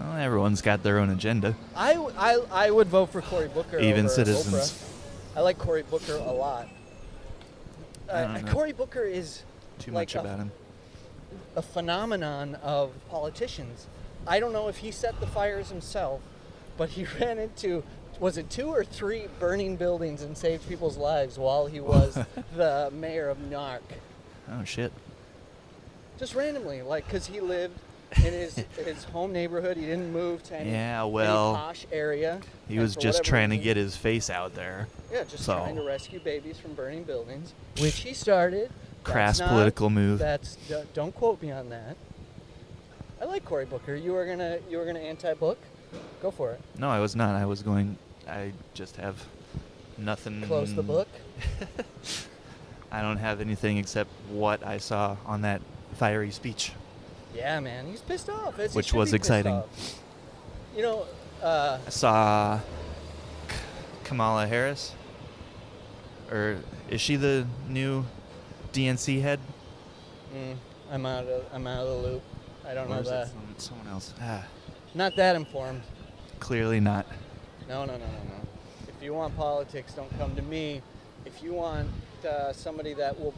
D: Well, everyone's got their own agenda.
C: I, w- I- I would vote for Cory Booker.
D: Even
C: over
D: citizens.
C: Oprah. I like Cory Booker a lot.
D: I don't
C: Uh,
D: know
C: Cory Booker is
D: Too
C: like
D: much
C: a-
D: about him.
C: a phenomenon of politicians. I don't know if he set the fires himself, but he (laughs) ran into was it two or three burning buildings and saved people's lives while he was
D: (laughs)
C: the mayor of Narc.
D: Oh shit.
C: Just randomly, like because he lived
D: (laughs)
C: in his his home neighborhood, he didn't move to any,
D: Yeah,
C: any
D: well,
C: posh area.
D: He
C: and
D: was
C: for
D: just
C: whatever
D: trying to
C: reason-
D: get his face out there.
C: Yeah, just
D: So-
C: trying to rescue babies from burning buildings, which he started. That's
D: Crass political move.
C: That's d- don't quote me on that. I like Cory Booker. You were gonna you were gonna anti-book. Go for it.
D: No, I was not. I was going. I just have nothing.
C: Close the book.
D: I don't have anything except what I saw on that fiery speech.
C: Yeah, man, he's pissed off. as he
D: Which
C: should
D: was
C: be pissed
D: exciting.
C: off. You know, uh,
D: I saw K- Kamala Harris. Or is she the new DNC head?
C: mm, I'm out of I'm out of the loop. I don't
D: Or
C: know
D: is it
C: that.
D: some- someone else? Ah,
C: Not that informed.
D: clearly not.
C: No, no, no, no, no. If you want politics, don't come to me. If you want uh, somebody that will,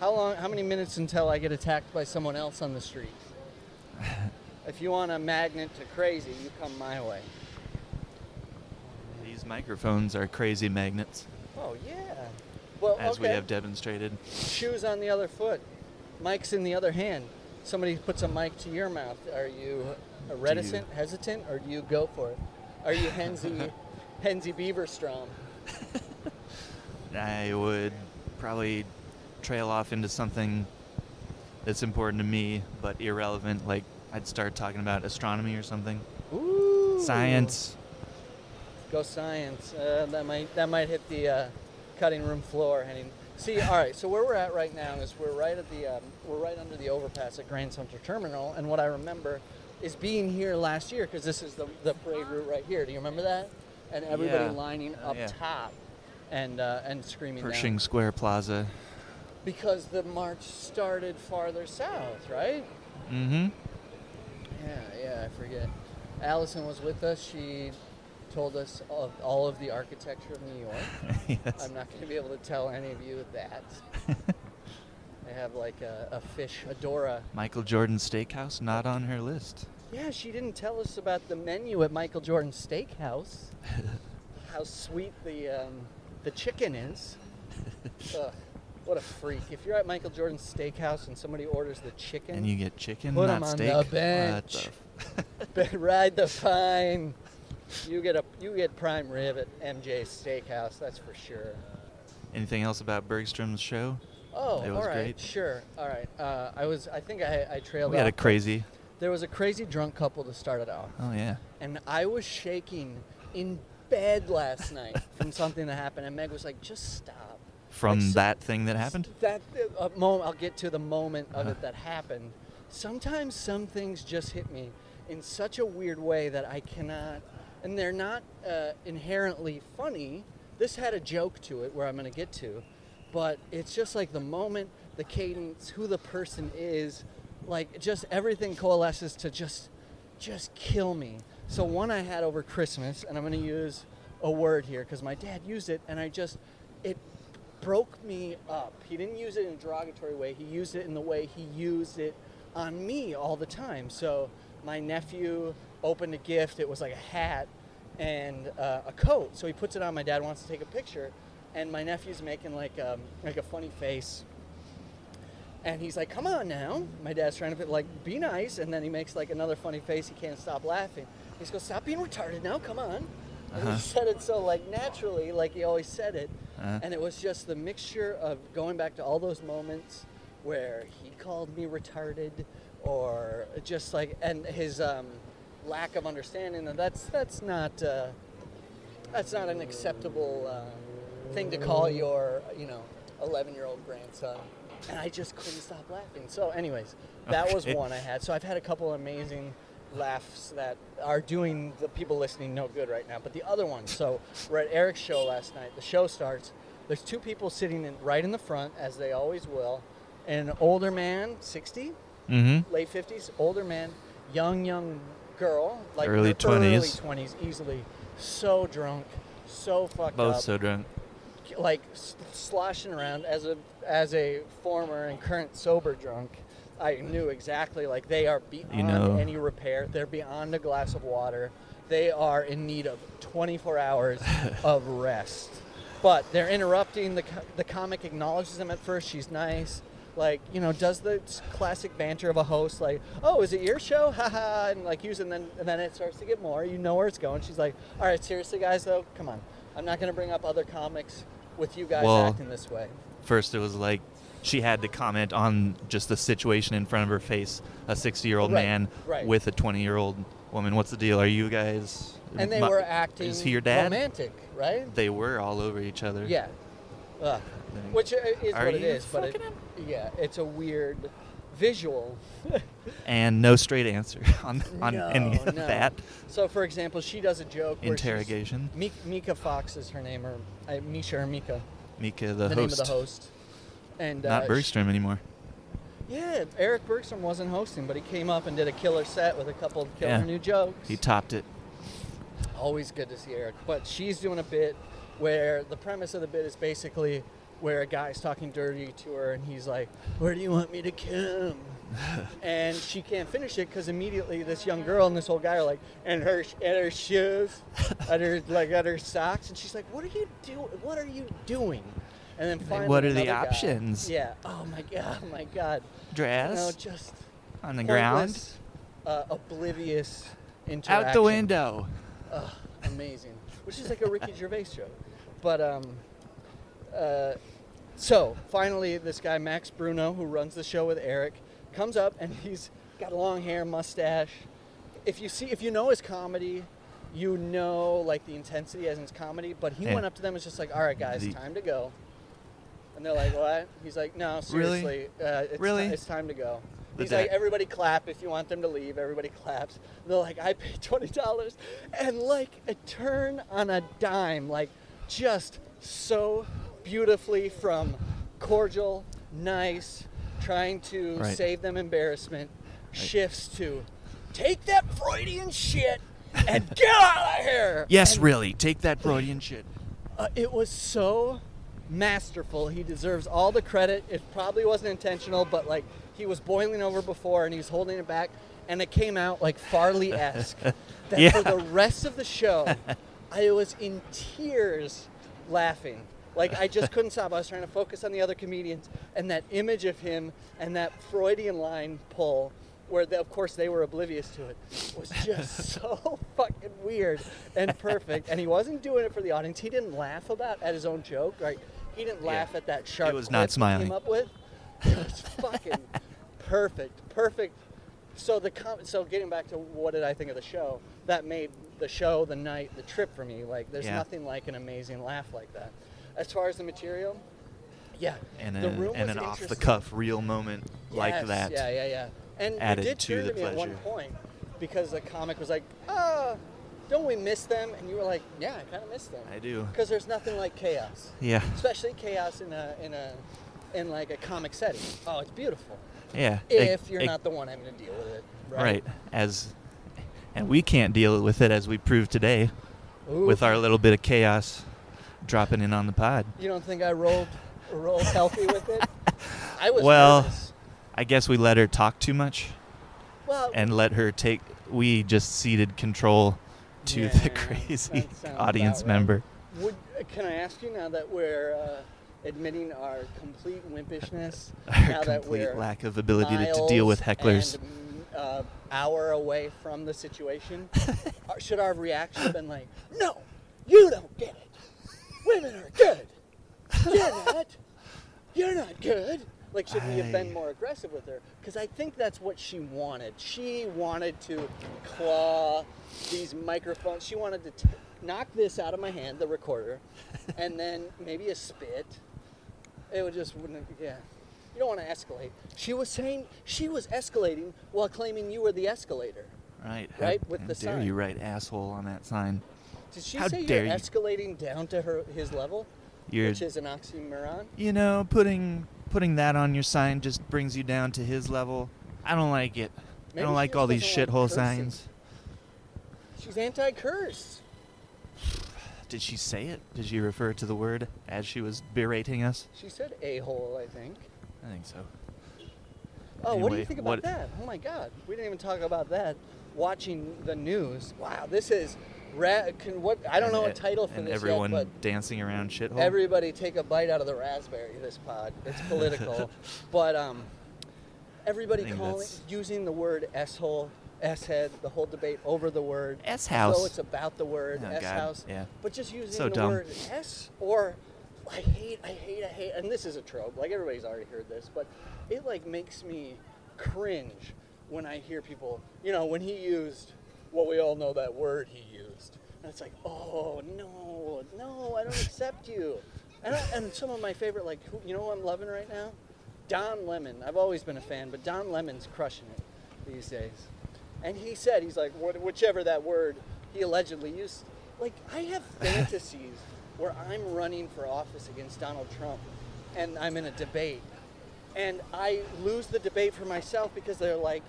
C: how long? How many minutes until I get attacked by someone else on
D: (laughs)
C: the street? if you want a magnet to crazy, you come my way.
D: These microphones are crazy magnets,
C: Oh yeah. Well,
D: as we
C: okay.
D: have demonstrated.
C: shoes on the other foot, mic's in the other hand. Somebody puts a mic to your mouth. Are you
D: (laughs)
C: reticent, hesitant, or do you go for it? Are you Henzy, Henzy Beaverstrom?
D: I would probably trail off into something that's important to me but irrelevant. Like I'd start talking about astronomy or something,
C: Ooh.
D: science.
C: Go science. Uh, that might that might hit the uh, cutting room floor. I mean, see, all right. So where we're at right now is we're right at the um, we're right under the overpass at Grand Center Terminal, and what I remember is being here last year because this is the the parade route right here. Do you remember that? And everybody
D: Yeah.
C: lining
D: Oh,
C: up
D: yeah.
C: top and uh, and screaming down.
D: Pershing Square Plaza.
C: because the march started farther south, right?
D: Mm-hmm.
C: Yeah, yeah, I forget. Allison was with us. She told us of all of the architecture of New York.
D: (laughs) yes.
C: I'm not going to be able to tell any of you
D: (laughs)
C: that. I have like a, a fish Adora.
D: Michael Jordan Steakhouse not on her list.
C: Yeah, she didn't tell us about the menu at Michael Jordan's Steakhouse.
D: (laughs)
C: How sweet the um, the
D: (laughs)
C: chicken is. Ugh, what a freak! If you're at Michael Jordan's Steakhouse and somebody orders the chicken,
D: And you get chicken,
C: Put
D: not
C: 'em on
D: steak.
C: the
D: What
C: bench.
D: f-
C: But ride the fine. You get a you get prime rib at MJ's Steakhouse, that's for sure.
D: Anything else about Bergstrom's show?
C: Oh,
D: It was
C: all right,
D: great.
C: sure, all right. Uh, I was I think I, I trailed
D: We had a
C: off.
D: crazy.
C: there was a crazy drunk couple to start it out,
D: Oh yeah.
C: and I was shaking in bed last night from something that happened, and Meg was like, "Just stop."
D: From
C: Like, so-
D: that thing that happened. Uh-huh.
C: That uh, moment, I'll get to the moment of it that happened. Sometimes some things just hit me in such a weird way that I cannot, and they're not uh, inherently funny. This had a joke to it where I'm going to get to, but it's just like the moment, the cadence, who the person is, like just everything coalesces to just, just kill me. So one I had over Christmas, and I'm going to use a word here because my dad used it, and I just, it broke me up. He didn't use it in a derogatory way. He used it in the way he used it on me all the time. So my nephew opened a gift. It was like a hat and uh, a coat. So he puts it on. My dad wants to take a picture, and my nephew's making like um, like a funny face. And he's like, "Come on now!" My dad's trying to be like, "Be nice," and then he makes like another funny face. He can't stop laughing. He's goes, "Stop being retarded now! Come on!" And he said it so like naturally, like he always said it, and it was just the mixture of going back to all those moments where he called me retarded, or just like and his um, lack of understanding. And that's that's not. Uh, that's not an acceptable uh, thing to call your, you know, 11 year old grandson. And I just couldn't stop laughing. So, anyways, that was
D: Okay.
C: one I had. So, I've had a couple amazing laughs that are doing the people listening no good right now. But the other one, so we're at Eric's show last night. The show starts. There's two people sitting in, right in the front, as they always will. An older man, 60,
D: Mm-hmm.
C: late 50s, older man, young, young girl, like
D: Early
C: early
D: 20s.
C: 20s. easily. So drunk, so fucked
D: Both
C: up,
D: so drunk.
C: like s- sloshing around as a as a former and current sober drunk. I knew exactly like they are beyond
D: know.
C: any repair. They're beyond a glass of water. They are in need of
D: (laughs)
C: 24 hours of rest. But they're interrupting. The, co- the comic acknowledges them at first. She's nice. Like, you know, does the s- classic banter of a host, like, oh, is it your show? Haha. And like, using then, and then it starts to get more. You know where it's going. She's like, all right, seriously, guys, though, come on. I'm not going to bring up other comics with you guys
D: Well-
C: acting this way.
D: First, it was like she had to comment on just the situation in front of her face. A 60-year-old
C: Right,
D: man
C: right.
D: with a 20-year-old woman. What's the deal? Are you guys?
C: And they
D: my-
C: were acting
D: Is he your dad?
C: romantic, right?
D: They were all over each other.
C: Yeah. Ugh.
D: Thing.
C: Which i- is
D: Are
C: what it
D: you
C: is, but it,
D: fucking
C: yeah, it's a weird visual.
D: And no straight answer (laughs) on on any of
C: no.
D: that.
C: So, for example, she does a joke. where she's-
D: Interrogation.
C: Mi- Mika Fox is her name, or uh, Misha or Mika,
D: Mika, the,
C: the
D: host,
C: name of the host. And uh,
D: not
C: she-
D: Bergstrom anymore.
C: yeah, Eric Bergstrom wasn't hosting, but he came up and did a killer set with a couple of killer
D: Yeah.
C: new jokes.
D: He topped it.
C: always good to see Eric. But she's doing a bit where the premise of the bit is basically where a guy's talking dirty to her and he's like, Where do you want me to come?
D: (laughs)
C: and she can't finish it because immediately this young girl and this old guy are like, and her and
D: (laughs)
C: her shoes, at her like at her socks, and she's like, "What are you doing? What are you doing?" And then finally,
D: "What are the
C: another guy-
D: options?"
C: Yeah. Oh my god. Oh my god. You know,
D: Dress
C: just
D: on the ground,
C: pointless, uh, oblivious interaction
D: out the window.
C: amazing, which is like a Ricky Gervais joke. But um, uh, so finally, this guy Max Bruno, who runs the show with Eric, comes up and he's got long hair, mustache. If you see, if you know his comedy, you know like the intensity as in his comedy. But he
D: Yeah.
C: went up to them and was just like, "All right, guys,
D: The-
C: time to go." And they're like, "What?" He's like, "No,
D: Really?
C: seriously, uh, it's,
D: Really?
C: ti- it's time to go."
D: The
C: He's
D: dad-
C: like, everybody clap if you want them to leave. Everybody claps. And they're like, I paid twenty dollars, and like a turn on a dime, like just so beautifully from cordial, nice, trying to
D: Right.
C: save them embarrassment, shifts to take that Freudian shit and get out of here.
D: Yes,
C: And
D: really. Take that Freudian shit.
C: uh, it was so masterful. He deserves all the credit. It probably wasn't intentional, but like he was boiling over before and he was holding it back, and it came out like Farley esque. that
D: Yeah.
C: for the rest of
D: (laughs)
C: the show, I was in tears laughing. Like I just couldn't stop. I was trying to focus on the other comedians and that image of him and that Freudian line pull, where the, of course they were oblivious to it, was
D: (laughs)
C: just so fucking weird and perfect. And he wasn't doing it for the audience. He didn't laugh about at his own joke. Like he didn't laugh at that sharp.
D: It was not
C: clip he
D: smiling.
C: Came up with. (laughs) It was fucking perfect, perfect. So the com- so getting back to what did I think of the show? That made the show, the night, the trip for me. Like there's
D: Yeah.
C: nothing like an amazing laugh like that. As far as the material, yeah,
D: And,
C: the
D: a,
C: room
D: and
C: was
D: an off the
C: interesting.
D: cuff real moment like
C: Yes,
D: that.
C: Yeah, yeah, yeah. And
D: added
C: you did
D: to
C: turn
D: the
C: to me at one
D: pleasure.
C: point because the comic was like, "Ah, don't we miss them?" And you were like, "Yeah, I kind of miss them."
D: I do.
C: Because there's nothing like chaos,
D: Yeah.
C: especially chaos in a in a in like a comic setting. Oh, it's beautiful.
D: Yeah.
C: If
D: Ex-
C: you're
D: ex-
C: not the one having to deal with it,
D: right.
C: right?
D: As and we can't deal with it as we proved today
C: Ooh,
D: with our little bit of chaos dropping in on the pod.
C: you don't think I rolled rolled healthy with
D: (laughs)
C: it? I was
D: Well,
C: nervous.
D: I guess we let her talk too much
C: well,
D: and let her take we just ceded control to
C: Yeah,
D: the (laughs)
C: that
D: crazy
C: sounds about
D: audience
C: right.
D: member.
C: Would, can I ask you now that we're uh, admitting our complete
D: (laughs)
C: wimpishness,
D: Her
C: now that
D: complete
C: we're
D: lack of ability to, to deal with
C: miles
D: hecklers.
C: and, uh, hour away from
D: (laughs)
C: the situation, our- should our reaction have been like, "No, you don't get it. Women are good.
D: (laughs)
C: You're not. You're not good." Like, should we have been
D: I-
C: more aggressive with her? Because I think that's what she wanted. She wanted to claw these microphones. She wanted to t- knock this out of my hand,
D: (laughs)
C: the recorder, and then maybe a spit. It would just wouldn't. Yeah, you don't want to escalate. She was saying she was escalating while claiming you were the escalator.
D: Right.
C: Right,
D: How,
C: with
D: how
C: the
D: dare
C: sign.
D: you write asshole on that sign?
C: Did she
D: How
C: say
D: dare
C: you're
D: you.
C: escalating down to her his level,
D: You're
C: which is an oxymoron?
D: you know, putting putting that on your sign just brings you down to his level. I don't like it. I
C: Maybe
D: don't
C: she
D: like
C: just
D: all these
C: doesn't like
D: shithole
C: cursing.
D: signs.
C: She's anti-curse.
D: Did she say it? Did she refer to the word as she was berating us?
C: She said a-hole, I think.
D: I think so.
C: Oh, what do you
D: Anyway,
C: think about
D: what-
C: that? Oh my God, we didn't even talk about that. Watching the news. Wow, this is. Ra- can, what I don't know a title for
D: and
C: this
D: everyone
C: yet, but
D: dancing around shithole.
C: Everybody take a bite out of the raspberry. This pod, it's
D: (laughs)
C: political, but um, everybody
D: I think
C: calling
D: that's-
C: using the word s-hole, s-head, the whole debate over the word
D: S-house.
C: So it's about the word
D: Oh, God,
C: s-house.
D: yeah.
C: But just using
D: So
C: the
D: dumb.
C: word s or I hate, I hate, I hate, and this is a trope. Like everybody's already heard this, but it like makes me cringe when I hear people. You know, when he used what we all know that word he used, and it's like, oh no, no, I don't accept you. And, I, and some of my favorite, like, who, you know, who I'm loving right now, Don Lemon. I've always been a fan, but Don Lemon's crushing it these days. And he said, he's like, "What- whichever that word he allegedly used. Like, I have fantasies where I'm running for office against Donald Trump and I'm in a debate. And I lose the debate for myself because they're like,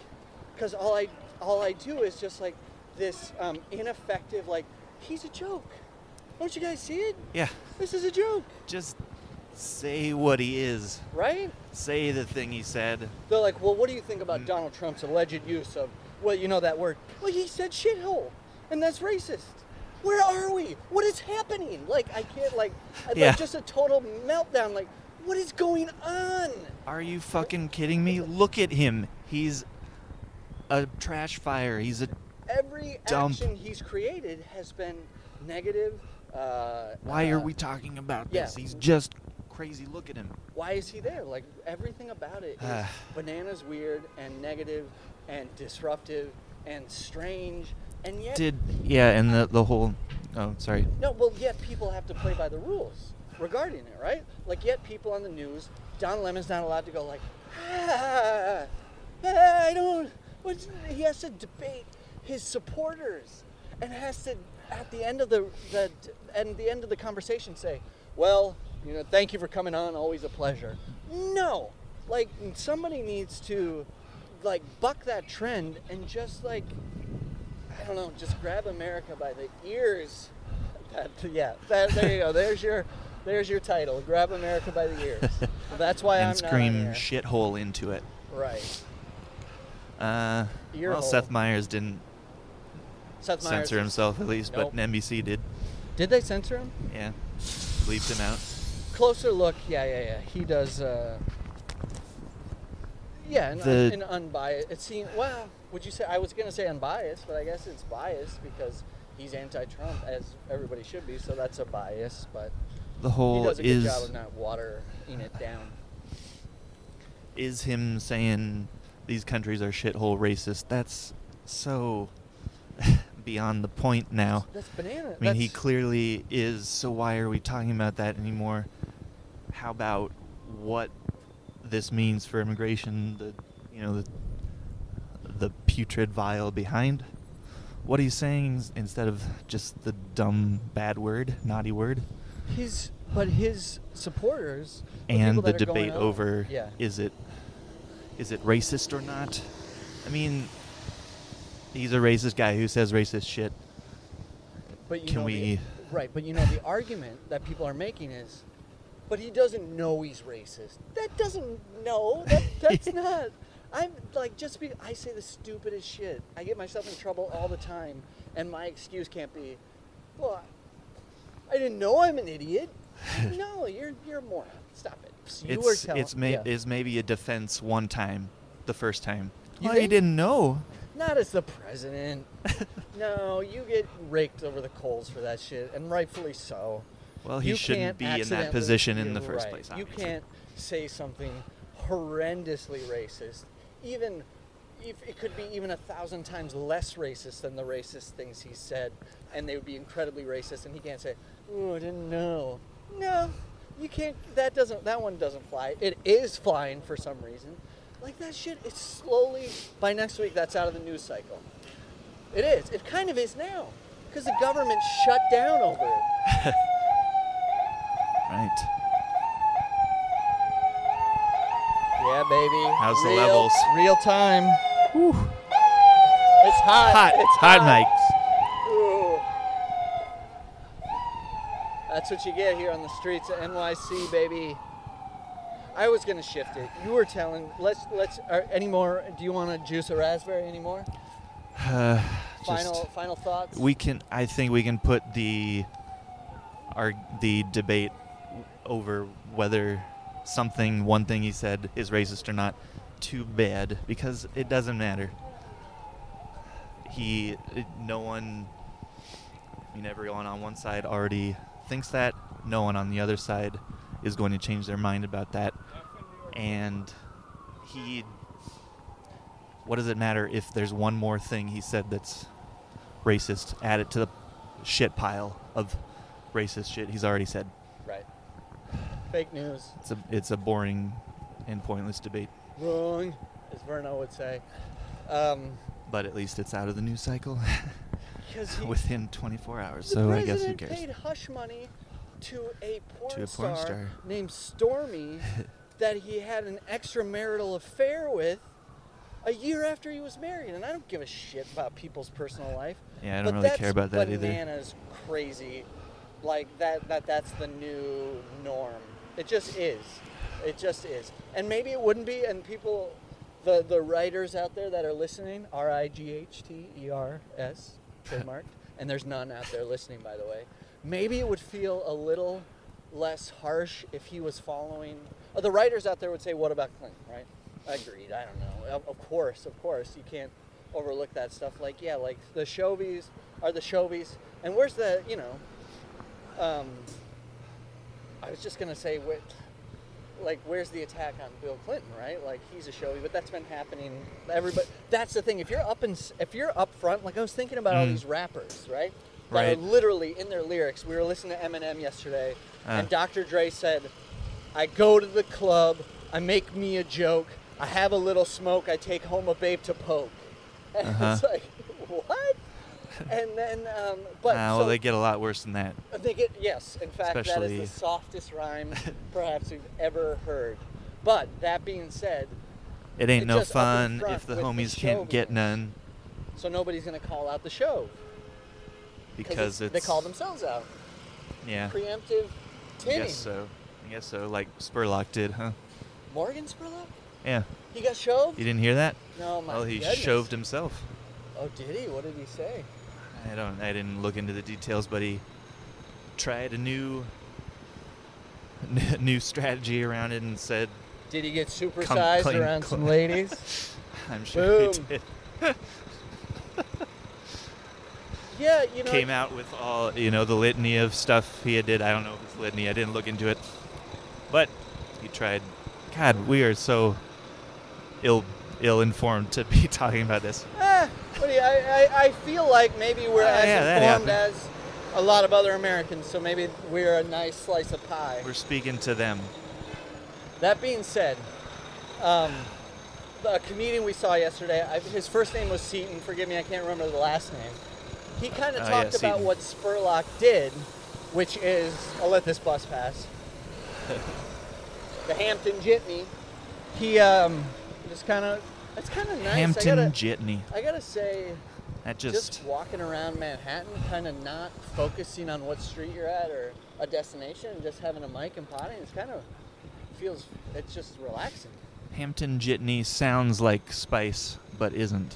C: because all I, all I do is just like this um, ineffective, like, he's a joke. Don't you guys see it?
D: Yeah.
C: This is a joke,
D: Just say what he is.
C: right?
D: Say the thing he said.
C: They're like, well, what do you think
D: Mm.
C: about Donald Trump's alleged use of, well, you know that word? Well, he said shithole, and that's racist. Where are we? What is happening? Like, I can't, like, I-
D: Yeah.
C: like just a total meltdown. Like, what is going on?
D: Are you fucking kidding me? Look at him. He's a trash fire. He's a
C: every
D: Dump.
C: action he's created has been negative. Uh,
D: Why are
C: uh,
D: we talking about
C: yeah.
D: this? He's just crazy. Look at him.
C: Why is he there? Like everything about it
D: (sighs)
C: is bananas weird and negative and disruptive and strange. And yet,
D: Did yeah, and the the whole. Oh, sorry.
C: No, well, yet people have to play by the rules regarding it, right? Like, yet people on the news, Don Lemon's not allowed to go like, ah, ah, I don't. What's, he has to debate his supporters, and has to at the end of the the and the end of the conversation say, well, you know, thank you for coming on, always a pleasure. No, like somebody needs to like buck that trend and just like I don't know, just grab America by the ears. That, yeah, that, there you go. There's your, there's your title. Grab America by the ears. That's why
D: (laughs)
C: I'm
D: And
C: not on
D: scream
C: air.
D: shithole into it.
C: Right.
D: Uh,
C: Ear
D: well,
C: hole.
D: Seth Meyers didn't
C: Seth Meyers.
D: censor himself at least,
C: Nope.
D: but NBC did.
C: Did they censor him?
D: Yeah, bleeped him out.
C: Closer look. Yeah, yeah, yeah. He does. Uh, yeah, an,
D: The-
C: an unbiased. It seems. Well, would you say I was gonna say unbiased, but I guess it's biased because he's anti-Trump, as everybody should be. So that's a bias. But
D: The
C: he
D: whole
C: does a good
D: is
C: job of not watering it down.
D: is him saying these countries are shithole racist. That's so (laughs) beyond the point now.
C: That's banana.
D: I mean, he
C: that's-
D: clearly is. So why are we talking about that anymore? How about what this means for immigration? The you know the the putrid vial behind. What he's saying s- instead of just the dumb bad word, naughty word,
C: His, but his supporters the
D: and
C: people
D: the
C: that are going
D: debate
C: on-
D: over
C: Yeah.
D: is it is it racist or not? I mean, he's a racist guy who says racist shit.
C: but you
D: can
C: know
D: we-
C: The, right, but you know the argument that people are making is, but he doesn't know he's racist. That doesn't know.
D: (laughs)
C: That, that's not. I'm like just be. I say the stupidest shit. I get myself in trouble all the time, and my excuse can't be, well, I didn't know I'm
D: (laughs)
C: an idiot. no, you're you're a moron. Stop it. You were
D: it's
C: telling.
D: it's may,
C: yeah.
D: is maybe a defense one time, the first time.
C: You
D: well, you
C: think?
D: didn't know.
C: Not as the president. no, you get raked over the coals for that shit, and rightfully so.
D: Well, he
C: You
D: shouldn't
C: can't
D: be in that
C: accidentally-
D: position in the
C: You're
D: first
C: right.
D: place.
C: You
D: obviously.
C: can't say something horrendously racist, even if it could be even a thousand times less racist than the racist things he said, and they would be incredibly racist. And he can't say, "Oh, I didn't know." No, you can't. That doesn't. That one doesn't fly. It is flying for some reason. Like that shit. It's slowly by next week. That's out of the news cycle. It is. It kind of is now, because the government shut down over it.
D: Right.
C: Yeah, baby.
D: How's the
C: Real-
D: levels?
C: Real time. It's hot.
D: Hot,
C: It's
D: hot, mics.
C: Ooh. That's what you get here on the streets of NYC, baby. I was gonna shift it. You were telling. Let's let's. Are, any more? Do you want to juice a raspberry anymore?
D: (sighs) Uh,
C: Final
D: just
C: final thoughts.
D: we can. I think we can put the our the debate over whether something one thing he said is racist or not to bed because it doesn't matter. He it- no one. I mean, everyone on one side already thinks that. No one on the other side is going to change their mind about that. And he. What does it matter if there's one more thing he said that's racist? Add it to the shit pile of racist shit he's already said.
C: right. Fake news.
D: It's a it's a boring and pointless debate,
C: Wrong, as Verno would say. Um,
D: but at least it's out of the news cycle (laughs)
C: 'cause he-
D: within 24 hours.
C: The
D: So I
C: president
D: guess who cares?
C: paid hush money to a porn,
D: To a porn
C: star,
D: star. (laughs)
C: named Stormy that he had an extramarital affair with a year after he was married. And I don't give a shit about people's personal life.
D: Yeah, I don't
C: but
D: really
C: that's
D: care about that either.
C: Bananas crazy, like that. That that's the new norm. It just is. It just is. And maybe it wouldn't be. And people, the the writers out there that are listening, R I G H T E R
D: (laughs)
C: S, trademarked. and there's none out there listening, by the way. Maybe it would feel a little less harsh if he was following. Uh, the writers out there would say, "What about Clinton?" Right? Agreed. I don't know. Of, of course, of course, you can't overlook that stuff. Like, yeah, like the Shobies are the Shobies, and where's the, you know, um, I was just gonna say, wh- like, where's the attack on Bill Clinton, right? Like, he's a Shoby, but that's been happening. Everybody, that's the thing. If you're up in, s- if you're up front, like I was thinking about all
D: Mm.
C: these rappers, right? That
D: Right.
C: Are literally in their lyrics. We were listening to Eminem yesterday,
D: Ah.
C: and Dr. Dre said, I go to the club, I make me a joke, I have a little smoke, I take home a babe to poke. (laughs) And
D: Uh-huh.
C: it's like, what? And then, um, but
D: Ah,
C: so
D: well, they get a lot worse than that.
C: they get- yes. In fact, that
D: Especially-
C: is the softest
D: (laughs)
C: rhyme perhaps we've ever heard. But that being said,
D: It ain't
C: It's
D: no
C: just up in
D: fun
C: front
D: if the
C: with the
D: homies can't get
C: showbiz.
D: none
C: so nobody's gonna call out the show
D: because it's
C: they call themselves out.
D: yeah.
C: Preemptive
D: I
C: tinning.
D: guess so. I guess so. Like Spurlock did, huh?
C: Morgan Spurlock?
D: Yeah.
C: He got shoved?
D: You didn't hear that?
C: No, Oh my
D: well, he
C: goodness.
D: shoved himself.
C: Oh, did he? What did he say?
D: I don't. I didn't look into the details, but he tried a new (laughs) new strategy around it and said,
C: Did he get
D: Come
C: supersized
D: clean,
C: around
D: clean.
C: some
D: (laughs)
C: ladies?
D: "I'm sure he
C: Boom.
D: did."
C: yeah, you know.
D: Came out with all you know the litany of stuff he had did. I don't know if it's litany. I didn't look into it, but he tried. God, we are so ill ill informed to be (laughs) talking about this.
C: eh, what do you, I, I, I feel like maybe we're
D: Oh,
C: as
D: yeah, that
C: informed
D: happened.
C: as a lot of other Americans, so maybe we're a nice slice of pie.
D: We're speaking to them.
C: That being said, um, a comedian we saw yesterday, I, his first name was Seaton. Forgive me, I can't remember the last name. He kind of
D: Oh, yeah,
C: talked about
D: Seton.
C: what Spurlock did, which is I'll let this
D: (laughs)
C: bus pass. the Hampton Jitney. He um, just kind of. That's kind of nice.
D: Hampton
C: I gotta,
D: Jitney.
C: I gotta say,
D: That
C: just,
D: just
C: walking around Manhattan, kind of not focusing on what street you're at or a destination, and just having a mic and potting, it's kind of feels it's just relaxing.
D: Hampton Jitney sounds like spice, but isn't.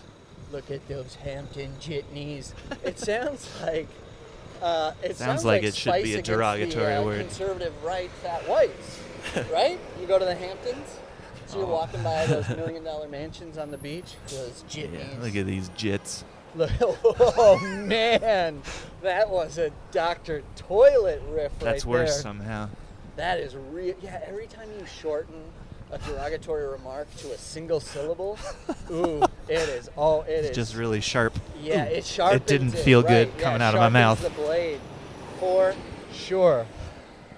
C: Look at those Hampton jitneys. (laughs) It sounds like uh, it sounds,
D: like it should be
C: spice
D: a
C: against the,
D: derogatory
C: uh,
D: word.
C: Conservative right fat
D: (laughs)
C: whites, right? You go to the Hamptons. So
D: Oh.
C: you're walking
D: (laughs)
C: by those million-dollar mansions on the beach. Those
D: Yeah,
C: jitneys.
D: look at these jits.
C: Look- (laughs) oh man, that was a Dr. Toilet riff right
D: That's worse
C: there.
D: somehow.
C: That is real. Yeah, every time you shorten a derogatory remark to a
D: (laughs)
C: single syllable, ooh, it is. Oh, it
D: It's
C: is.
D: just really sharp.
C: yeah, it sharpens.
D: didn't feel good
C: right,
D: coming
C: yeah,
D: out of my mouth.
C: sharpens The blade, for sure.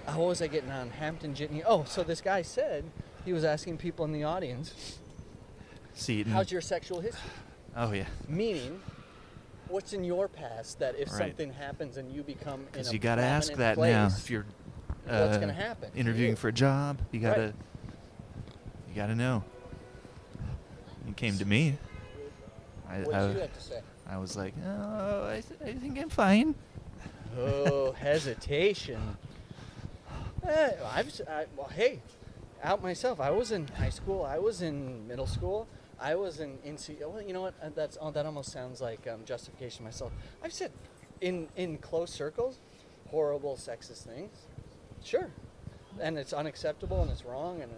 C: Oh, what was I getting on Hampton Jitney? Oh, so this guy said he was asking people in the audience,
D: Seaton.
C: "How's your sexual history?"
D: oh yeah,
C: Meaning, what's in your past that if
D: Right.
C: something happens and you become in
D: because
C: a
D: you gotta ask
C: prominent
D: that now
C: place,
D: if you're uh,
C: what's gonna happen to
D: interviewing
C: you?
D: for a job. You
C: Right.
D: gotta, you gotta know. You came to me. I,
C: What
D: I,
C: did you have to say?
D: I was like, oh, I, th- I think I'm fine.
C: Oh, hesitation. Eh, I've, s- I, well, hey, out myself. I was in high school. I was in middle school. I was in NC. Well, you know what? uh, That's oh, that almost sounds like um, justification to myself. I've said in in close circles, horrible sexist things. Sure, and it's unacceptable and it's wrong and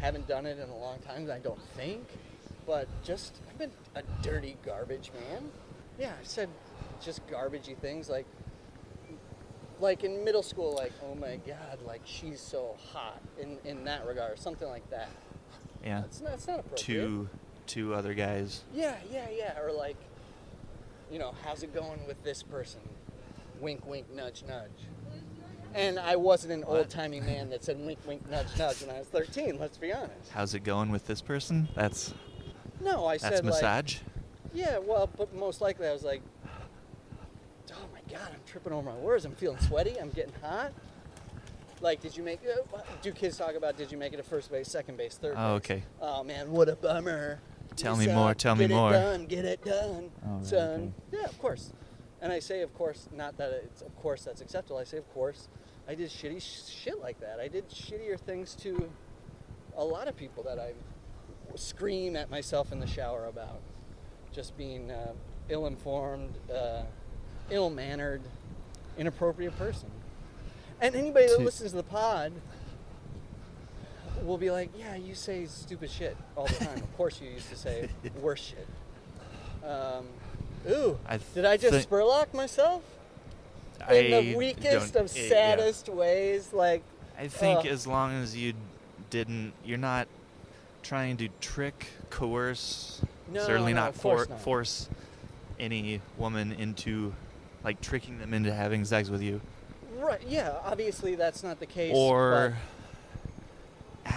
C: I haven't done it in a long time. I don't think, but just I've been a dirty garbage man. Yeah, I've said just garbagey things like like in middle school, like, oh my god, like she's so hot in, in that regard, or something like that.
D: Yeah,
C: That's not, that's not appropriate.
D: two, two other guys.
C: Yeah, yeah, yeah. Or like, you know, how's it going with this person? Wink, wink, nudge, nudge. And I wasn't an old timey man that said wink, wink, nudge, nudge when I was 13, let's be honest.
D: How's it going with this person? That's
C: No, I
D: that's
C: said, like,
D: massage.
C: Yeah, well, but most likely I was like, oh my god, I'm tripping over my words. I'm feeling sweaty. I'm getting hot. Like, did you make? uh, wh- Do kids talk about did you make it to first base, second base, third?
D: Oh,
C: base?
D: okay.
C: Oh man, what a bummer.
D: Tell
C: You
D: me
C: suck.
D: more, tell me
C: Get it
D: more.
C: done, Get it done,
D: Oh, right,
C: son. Yeah, of course. And I say, of course, not that it's of course that's acceptable. I say, of course, I did shitty sh- shit like that. I did shittier things to a lot of people that I scream at myself in the shower about just being uh, ill-informed, uh, ill-mannered, inappropriate person. And anybody that
D: To-
C: listens to the pod
D: (laughs)
C: will be like, "Yeah, you say stupid shit all the time. of course, you used to say worse shit." Um, ooh,
D: I
C: did I just
D: think-
C: spurlock myself in the weakest
D: don't-
C: of
D: it- yeah.
C: saddest ways? Like,
D: I think
C: Ugh.
D: as long as you didn't, you're not trying to trick, coerce,
C: No,
D: certainly
C: no,
D: not,
C: of course
D: for,
C: not.
D: force any woman into, like, tricking them into having sex with you.
C: right? Yeah, obviously that's not the case.
D: or
C: but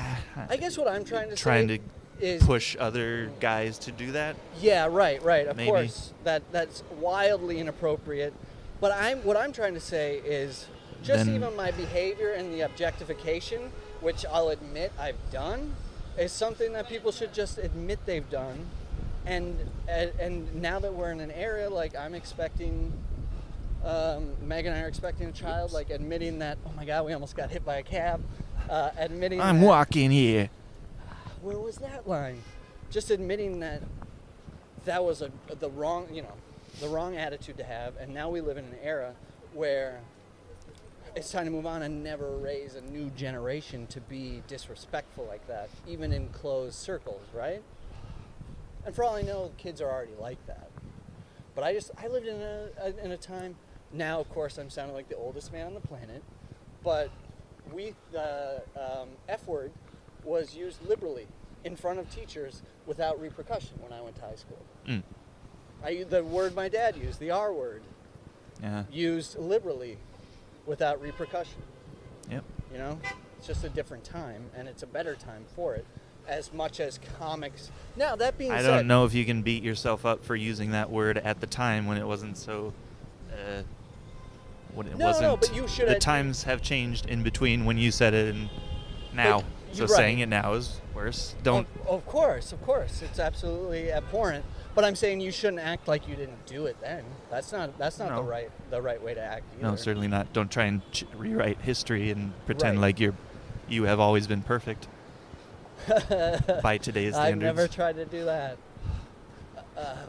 C: I guess what I'm trying to
D: trying
C: say
D: to
C: is
D: push other guys to do that.
C: Yeah, right, right. Of
D: Maybe.
C: course, that that's wildly inappropriate. But I'm what I'm trying to say is just
D: Then-
C: even my behavior and the objectification, which I'll admit I've done, is something that people should just admit they've done. And and, and now that we're in an area like I'm expecting. Um, Meg and I are expecting a child, like admitting that, oh my god, we almost got hit by a cab. Uh, admitting
D: I'm
C: that-
D: walking here.
C: where was that line? Just admitting that that was a the wrong, you know, the wrong attitude to have, and now we live in an era where it's time to move on and never raise a new generation to be disrespectful like that, even in closed circles, right? And for all I know, kids are already like that. But I just I lived in a, a in a time. Now, of course, I'm sounding like the oldest man on the planet, but we the um, F word was used liberally in front of teachers without repercussion when I went to high school.
D: Mm.
C: I u- the word my dad used, the R word,
D: Yeah.
C: used liberally without repercussion.
D: Yep.
C: You know, it's just a different time, and it's a better time for it. As much as comics. Now that being
D: I
C: said,
D: don't know if you can beat yourself up for using that word at the time when it wasn't so. Uh, when it
C: No, no,
D: wasn't.
C: but you should
D: the
C: at-
D: times have changed in between when you said it and now. so
C: you're
D: saying
C: right.
D: it now is worse. Don't.
C: Of, of course, of course, it's absolutely abhorrent. But I'm saying you shouldn't act like you didn't do it then. That's not that's not
D: No.
C: the right the right way to act. Either.
D: no, certainly not. Don't try and ch- rewrite history and pretend
C: Right.
D: like you're, you have always been
C: (laughs)
D: perfect by today's
C: I've
D: standards.
C: never tried to do that.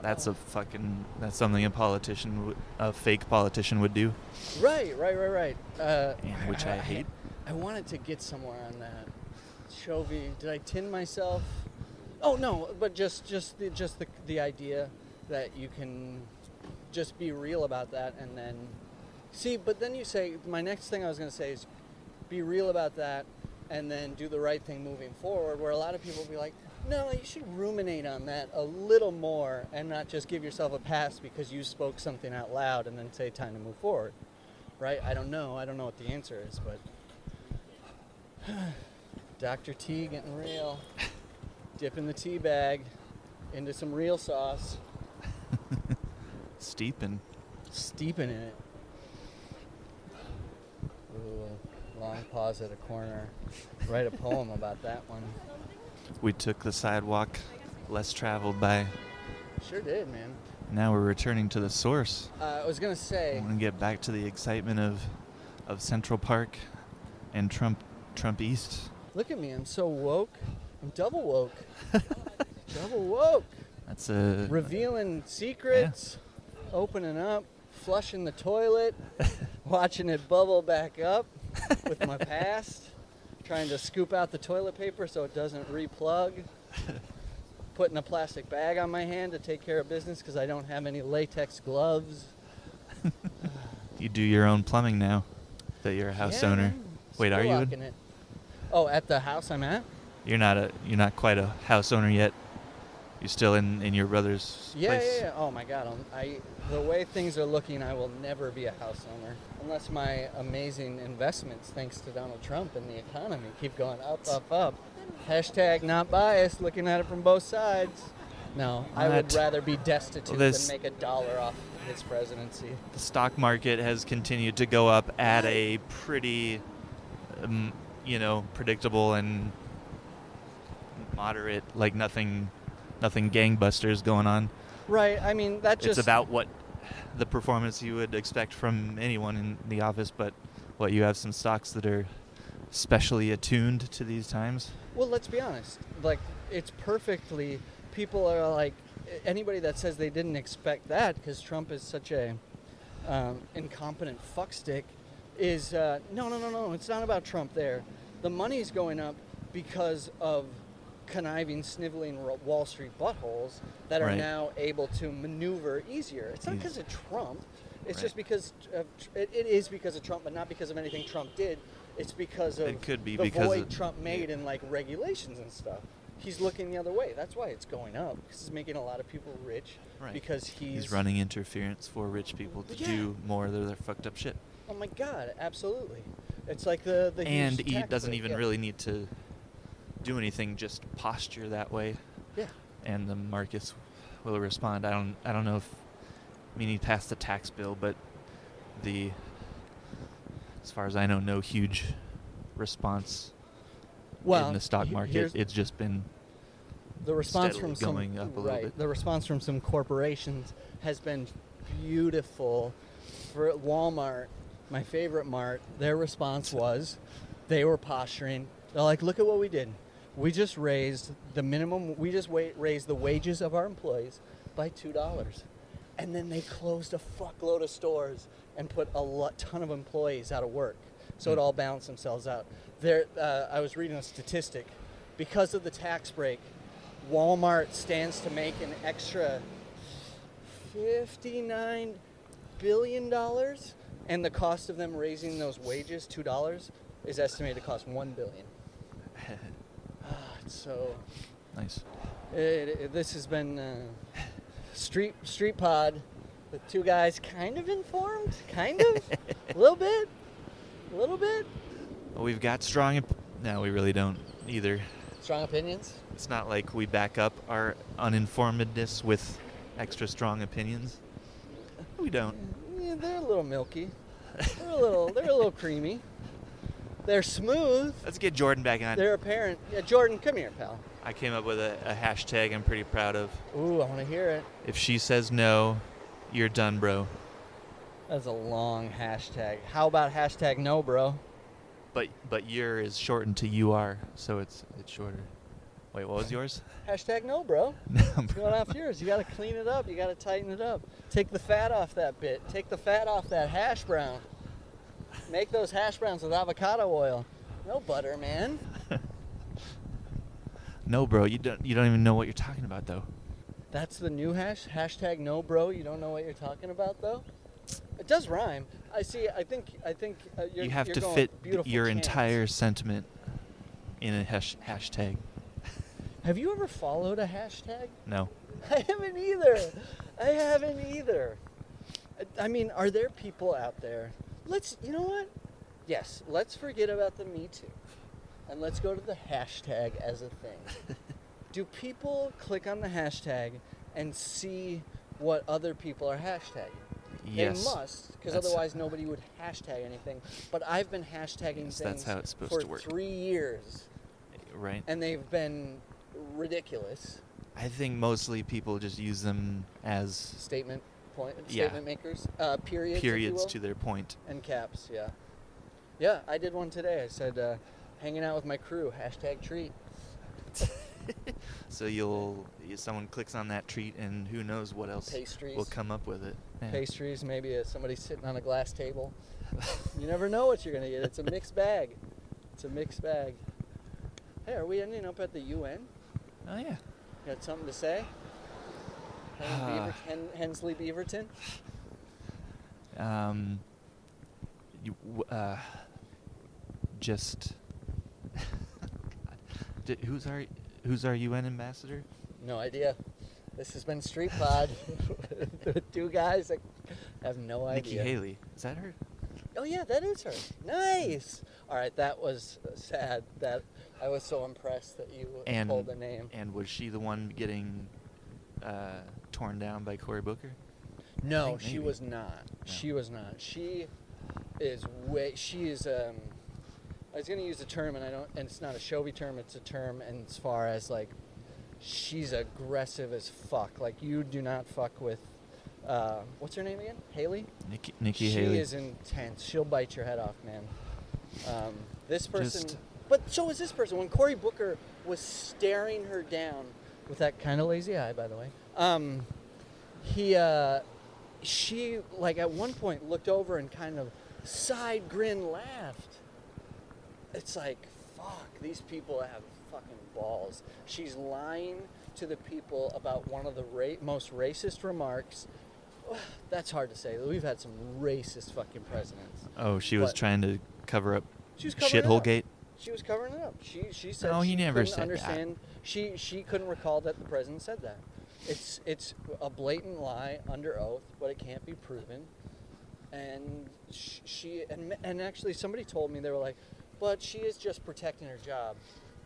D: That's a fucking. That's something a politician, w- a fake politician, would do,
C: Right, right, right, right. Uh,
D: and which I hate.
C: I wanted to get somewhere on that. Chovy, did I tin myself? Oh no, but just just the just the the idea that you can just be real about that and then see. But then you say my next thing I was gonna say is be real about that and then do the right thing moving forward. Where a lot of people be like, no, you should ruminate on that a little more and not just give yourself a pass because you spoke something out loud and then say time to move forward. Right? I don't know. I don't know what the answer is, but Dr. T getting real. Dipping the tea bag into some real sauce,
D: Steep and
C: steeping in it. Ooh, a long pause at a corner. Write a poem about that one.
D: we took the sidewalk, less traveled by.
C: Sure did, man.
D: Now we're returning to the source.
C: Uh, I was gonna
D: I
C: say,
D: want to get back to the excitement of, of Central Park, and Trump, Trump East.
C: look at me, I'm so woke. I'm double woke. (laughs) double woke.
D: That's a
C: Revealing secrets, opening up, flushing
D: (laughs)
C: the toilet, watching it bubble back up with my past, trying to scoop out the toilet paper so it doesn't replug, putting a plastic bag on my hand to take care of business because I don't have any latex gloves.
D: You do your own plumbing now, that you're a house
C: Yeah,
D: owner.
C: man.
D: Wait, are you?
C: Spurlocking
D: an-
C: It. Oh, at the house I'm at?
D: You're not a. You're not quite a house owner yet. You're still in in your brother's
C: Yeah,
D: place.
C: yeah, yeah. Oh my God, I'm- I the way things are looking, I will never be a house owner unless my amazing investments, thanks to Donald Trump and the economy, keep going up, up, up. Hashtag not biased. Looking at it from both sides. No, I would
D: What?
C: rather be destitute
D: This-
C: than make a dollar off his presidency.
D: the stock market has continued to go up at a pretty, um, you know, predictable and moderate, like nothing, nothing gangbusters going on.
C: Right. I mean, that just
D: it's about what the performance you would expect from anyone in the office, but what you have some stocks that are specially attuned to these times.
C: Well, let's be honest. Like, it's perfectly. People are like, anybody that says they didn't expect that because Trump is such a um, incompetent fuckstick is uh, no, no, no, no. It's not about Trump there. The money's going up because of conniving, sniveling Ro- Wall Street buttholes that are
D: Right.
C: now able to maneuver easier. It's not
D: Yeah.
C: because of Trump. It's
D: Right.
C: just because of, Tr- it, it is because of Trump, but not because of anything Trump did. It's because of
D: It could be
C: the
D: because
C: void
D: of-
C: Trump made in like regulations and stuff. He's looking the other way. That's why it's going up. 'cause he's making a lot of people rich
D: Right.
C: because
D: He's, running interference for rich people to
C: Yeah.
D: do more of their, their fucked up shit.
C: Oh my God! Absolutely. It's like the the huge
D: and he
C: tax
D: doesn't
C: break,
D: even
C: yeah.
D: really need to do anything; just posture that way,
C: Yeah.
D: and the Marcus will respond. I don't, I don't know if I mean he passed the tax bill, but the as far as I know, no huge response in the stock
C: he-
D: market.
C: here's
D: It's just been
C: the response
D: steadily
C: from some
D: going up a little
C: right,
D: bit.
C: The response from some corporations has been beautiful. For Walmart, my favorite mart,
D: (laughs)
C: their response was they were posturing. They're like, "Look at what we did. We just raised the minimum. We just wa- raised the wages of our employees by two dollars." And then they closed a fuckload of stores and put a lot, ton of employees out of work. So it
D: Hmm.
C: all balanced themselves out. There, uh, I was reading a statistic. Because of the tax break, Walmart stands to make an extra $59 billion, and the cost of them raising those wages, $2, is estimated to cost $1 billion. Ah, so
D: nice.
C: it, it- this has been uh, Street, Street Pod with two guys kind of informed, kind of, a little bit, a little bit.
D: Well, we've got strong. Op- no, we really don't either.
C: Strong opinions.
D: It's not like we back up our uninformedness with extra strong opinions. We don't.
C: Yeah, they're a little milky. They're a little. They're a little creamy. They're smooth.
D: Let's get Jordan back on.
C: They're apparent. Yeah, Jordan, come here, pal.
D: I came up with a, a hashtag I'm pretty proud of.
C: Ooh, I want to hear it.
D: If she says no, you're done, bro.
C: That's a long hashtag. How about hashtag no, bro?
D: But but your is shortened to you are, so it's it's shorter. Wait, what (laughs) was yours?
C: Hashtag no, bro.
D: No,
C: What's going off yours? You got to clean it up. You got to tighten it up. Take the fat off that bit. Take the fat off that hash brown. Make those hash browns with avocado oil. No butter, man.
D: no, bro. You don't you don't even know what you're talking about though.
C: That's the new hash hashtag no bro. You don't know what you're talking about though. It does rhyme. I see. I think. I think uh, you're,
D: you have
C: you're
D: to
C: going
D: fit th-
C: beautiful
D: your
C: chance.
D: entire sentiment in a hash- hashtag.
C: Have you ever followed a hashtag? (laughs)
D: No.
C: I haven't either. I haven't either. I, I mean, are there people out there? Let's. You know what? Yes. Let's forget about the Me Too, and let's go to the hashtag as
D: (laughs)
C: a thing. Do people click on the hashtag and see what other people are hashtagging?
D: yes.
C: They must, because
D: That's-
C: otherwise nobody would hashtag anything. But I've been hashtagging
D: Yes,
C: things
D: that's how it's supposed
C: for
D: to work.
C: three years,
D: Right.
C: and they've been ridiculous
D: I think mostly people just use them as
C: statement point
D: Yeah.
C: statement makers. Uh, periods, if you
D: periods
C: will,
D: to their point.
C: and caps. Yeah, yeah. I did one today. I said, uh, "Hanging out with my crew." Hashtag treat.
D: So you'll y- someone clicks on that treat, and who knows what else will
C: Pastries.
D: come up with it. Yeah.
C: Pastries, maybe uh, somebody sitting on a glass table. You never know what you're gonna get. It's a mixed bag. It's a mixed bag. Hey, are we ending up at the UN?
D: Oh yeah.
C: Got something to say? Hen- Beaver- Hen- Hensley Beaverton?
D: Um. You, w- uh, just. (laughs) God. D- who's our Who's our UN ambassador?
C: No idea. This has been Street Pod (laughs) with two guys that have no
D: Nikki
C: idea.
D: Haley. Is that her?
C: Oh yeah, that is her. Nice. All right, that was uh, sad. That I was so impressed that you
D: And
C: pulled the name.
D: And was she the one getting uh, torn down by Cory Booker?
C: No,
D: think
C: she
D: maybe.
C: was not. She was not. She is way. She is. Um, I was gonna use a term, and I don't. And it's not a Shovey term. It's a term, and as far as like, she's aggressive as fuck. Like you do not fuck with. Uh, what's her name again? Haley.
D: Nikki, Nikki
C: she
D: Haley.
C: is intense. She'll bite your head off, man. Um, this person.
D: Just-
C: But so was this person. When Cory Booker was staring her down with that kind of lazy eye, by the way. Um, he, uh, she, like at one point looked over and kind of side grin laughed. It's like, fuck, these people have fucking balls. She's lying to the people about one of the ra- most racist remarks. (sighs) That's hard to say. We've had some racist fucking presidents.
D: Oh, she was
C: But-
D: trying to cover up
C: She was covering it
D: shithole
C: up.
D: gate.
C: She was covering it up. She she said
D: No, he
C: she
D: never
C: couldn't
D: said that.
C: understand. She she couldn't recall that the president said that. It's it's a blatant lie under oath, but it can't be proven. And sh- she and and actually somebody told me they were like, but she is just protecting her job.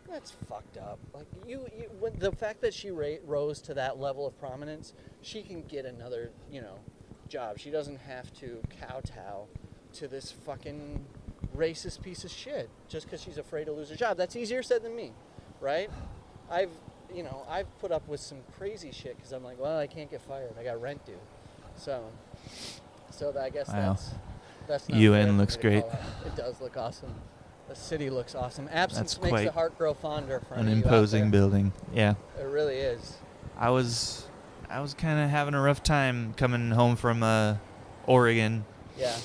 C: That's fucked up. Like you, you when, the fact that she ra- rose to that level of prominence, she can get another you know job. She doesn't have to kowtow to this fucking racist piece of shit just because she's afraid to lose her job. That's easier said than me, right? I've, you know, I've put up with some crazy shit because I'm like, well, I can't get fired. I got rent due. So, so that, I guess
D: Wow.
C: that's that's. Not
D: UN
C: fair for me
D: looks
C: to call
D: great.
C: out. It does look awesome. The city looks awesome. Absence
D: That's
C: makes the
D: quite
C: heart grow fonder. For
D: An
C: any of you out
D: imposing
C: there.
D: building. Yeah.
C: It really is.
D: I was I was kind of having a rough time coming home from uh, Oregon,
C: Yeah.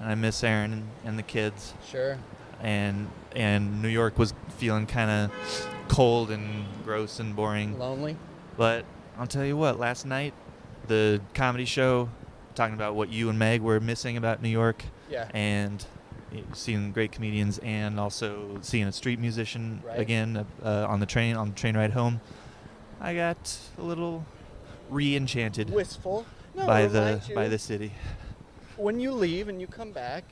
D: and I miss Aaron and, and the kids,
C: Sure.
D: and and New York was feeling kind of cold and gross and boring.
C: Lonely.
D: But I'll tell you what, last night the comedy show talking about what you and Meg were missing about New York,
C: Yeah.
D: and eh, seeing great comedians and also seeing a street musician
C: Right.
D: again uh, on the train on the train ride home i got a little re-enchanted
C: Wistful. No,
D: by
C: it
D: the
C: reminds you-
D: by the city
C: when you leave and you come back,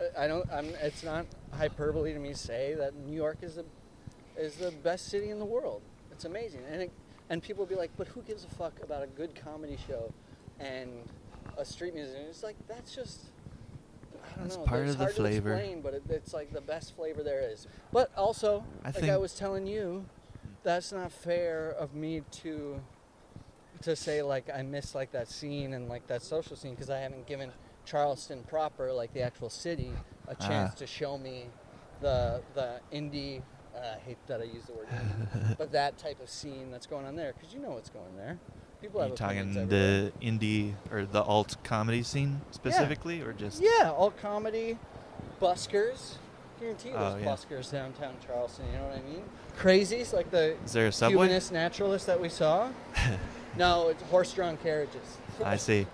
C: uh, I don't. I'm, it's not hyperbole to me to say that New York is the is the best city in the world. It's amazing, and it, and people be like, but who gives a fuck about a good comedy show and a street musician? It's like that's just. I don't
D: That's
C: know.
D: part
C: it's
D: of the
C: hard to
D: flavor.
C: explain, but it, it's like the best flavor there is. But also,
D: I
C: like I
D: think-
C: was telling you, that's not fair of me to to say like I miss like that scene and like that social scene because I haven't given Charleston proper like the actual city a chance
D: Ah.
C: to show me the the indie. Uh, I hate that I use the word,
D: (laughs)
C: indie, but that type of scene that's going on there because you know what's going there. People
D: Are
C: have
D: you talking
C: opinions everywhere.
D: the indie or the alt comedy scene specifically or just
C: yeah, all comedy, buskers. Guarantee
D: Oh,
C: there's
D: yeah.
C: buskers downtown Charleston. You know what I mean? Crazies like the
D: is there a subway
C: humanist naturalist that
D: (laughs)
C: we saw. no, it's horse-drawn carriages.
D: i see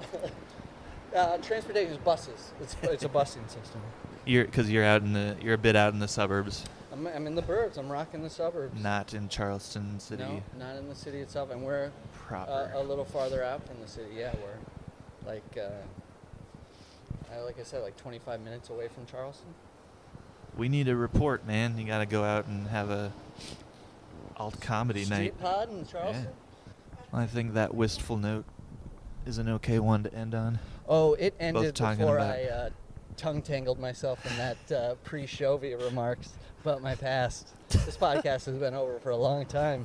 C: Uh, transportation is buses. It's,
D: (laughs)
C: it's a busing system.
D: you're because you're out in the you're a bit out in the suburbs
C: I'm, I'm in the burbs. I'm rocking the suburbs.
D: not in charleston city
C: No, not in the city itself. And we're uh,
D: proper
C: a little farther out from the city. Yeah, we're like, uh, I, like I said, like 25 minutes away from Charleston.
D: we need a report man you gotta go out and have a alt comedy
C: Street
D: night
C: pod in Charleston.
D: I think that wistful note is an okay one to end on. (laughs)
C: Oh, it ended
D: talking
C: before
D: about-
C: I uh, tongue tangled myself in that uh, pre Chovy remarks about my past. This podcast has been over for a long time.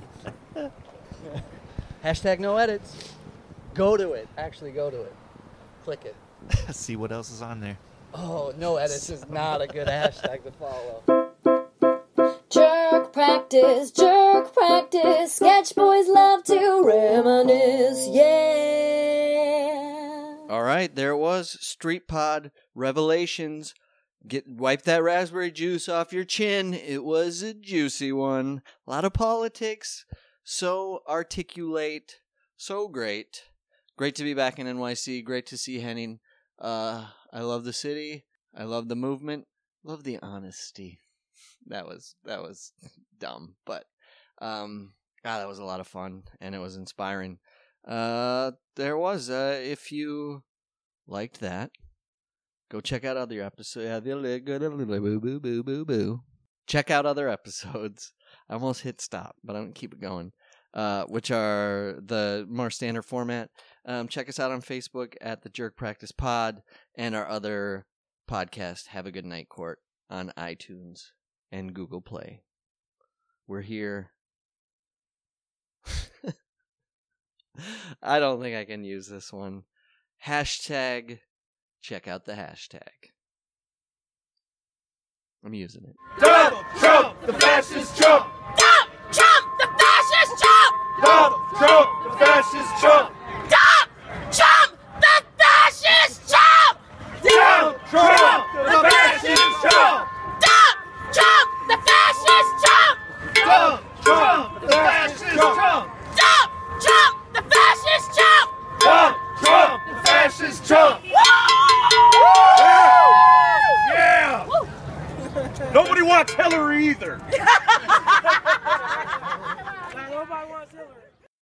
C: (laughs) Hashtag no edits. Go to it. Actually, go to it. Click it.
D: See what else is on there.
C: Oh, no edits is not a good hashtag to follow.
B: Jerk practice, jerk practice. Sketch boys love to reminisce. Yeah.
A: All right, there it was. Street Pod Revelations. Get wipe that raspberry juice off your chin. It was a juicy one. A lot of politics. So articulate. So great. Great to be back in NYC. Great to see Henning. Uh, I love the city. I love the movement. Love the honesty. That was that was dumb, but um, God, that was a lot of fun and it was inspiring. Uh, there was. Uh, if you liked that, go check out other episodes. Boo, boo, boo, boo, boo. Check out other episodes. (laughs) I almost hit stop, but I'm gonna keep it going. Uh, which are the more standard format. Um, check us out on Facebook at the Jerk Practice Pod and our other podcast, Have a Good Night Court, on iTunes and Google Play. We're here. (laughs) I don't think I can use this one. Hashtag, check out the hashtag. I'm using it.
I: Donald Trump, the fascist Trump. Donald Trump, the fascist Trump. Donald Trump, the fascist Trump.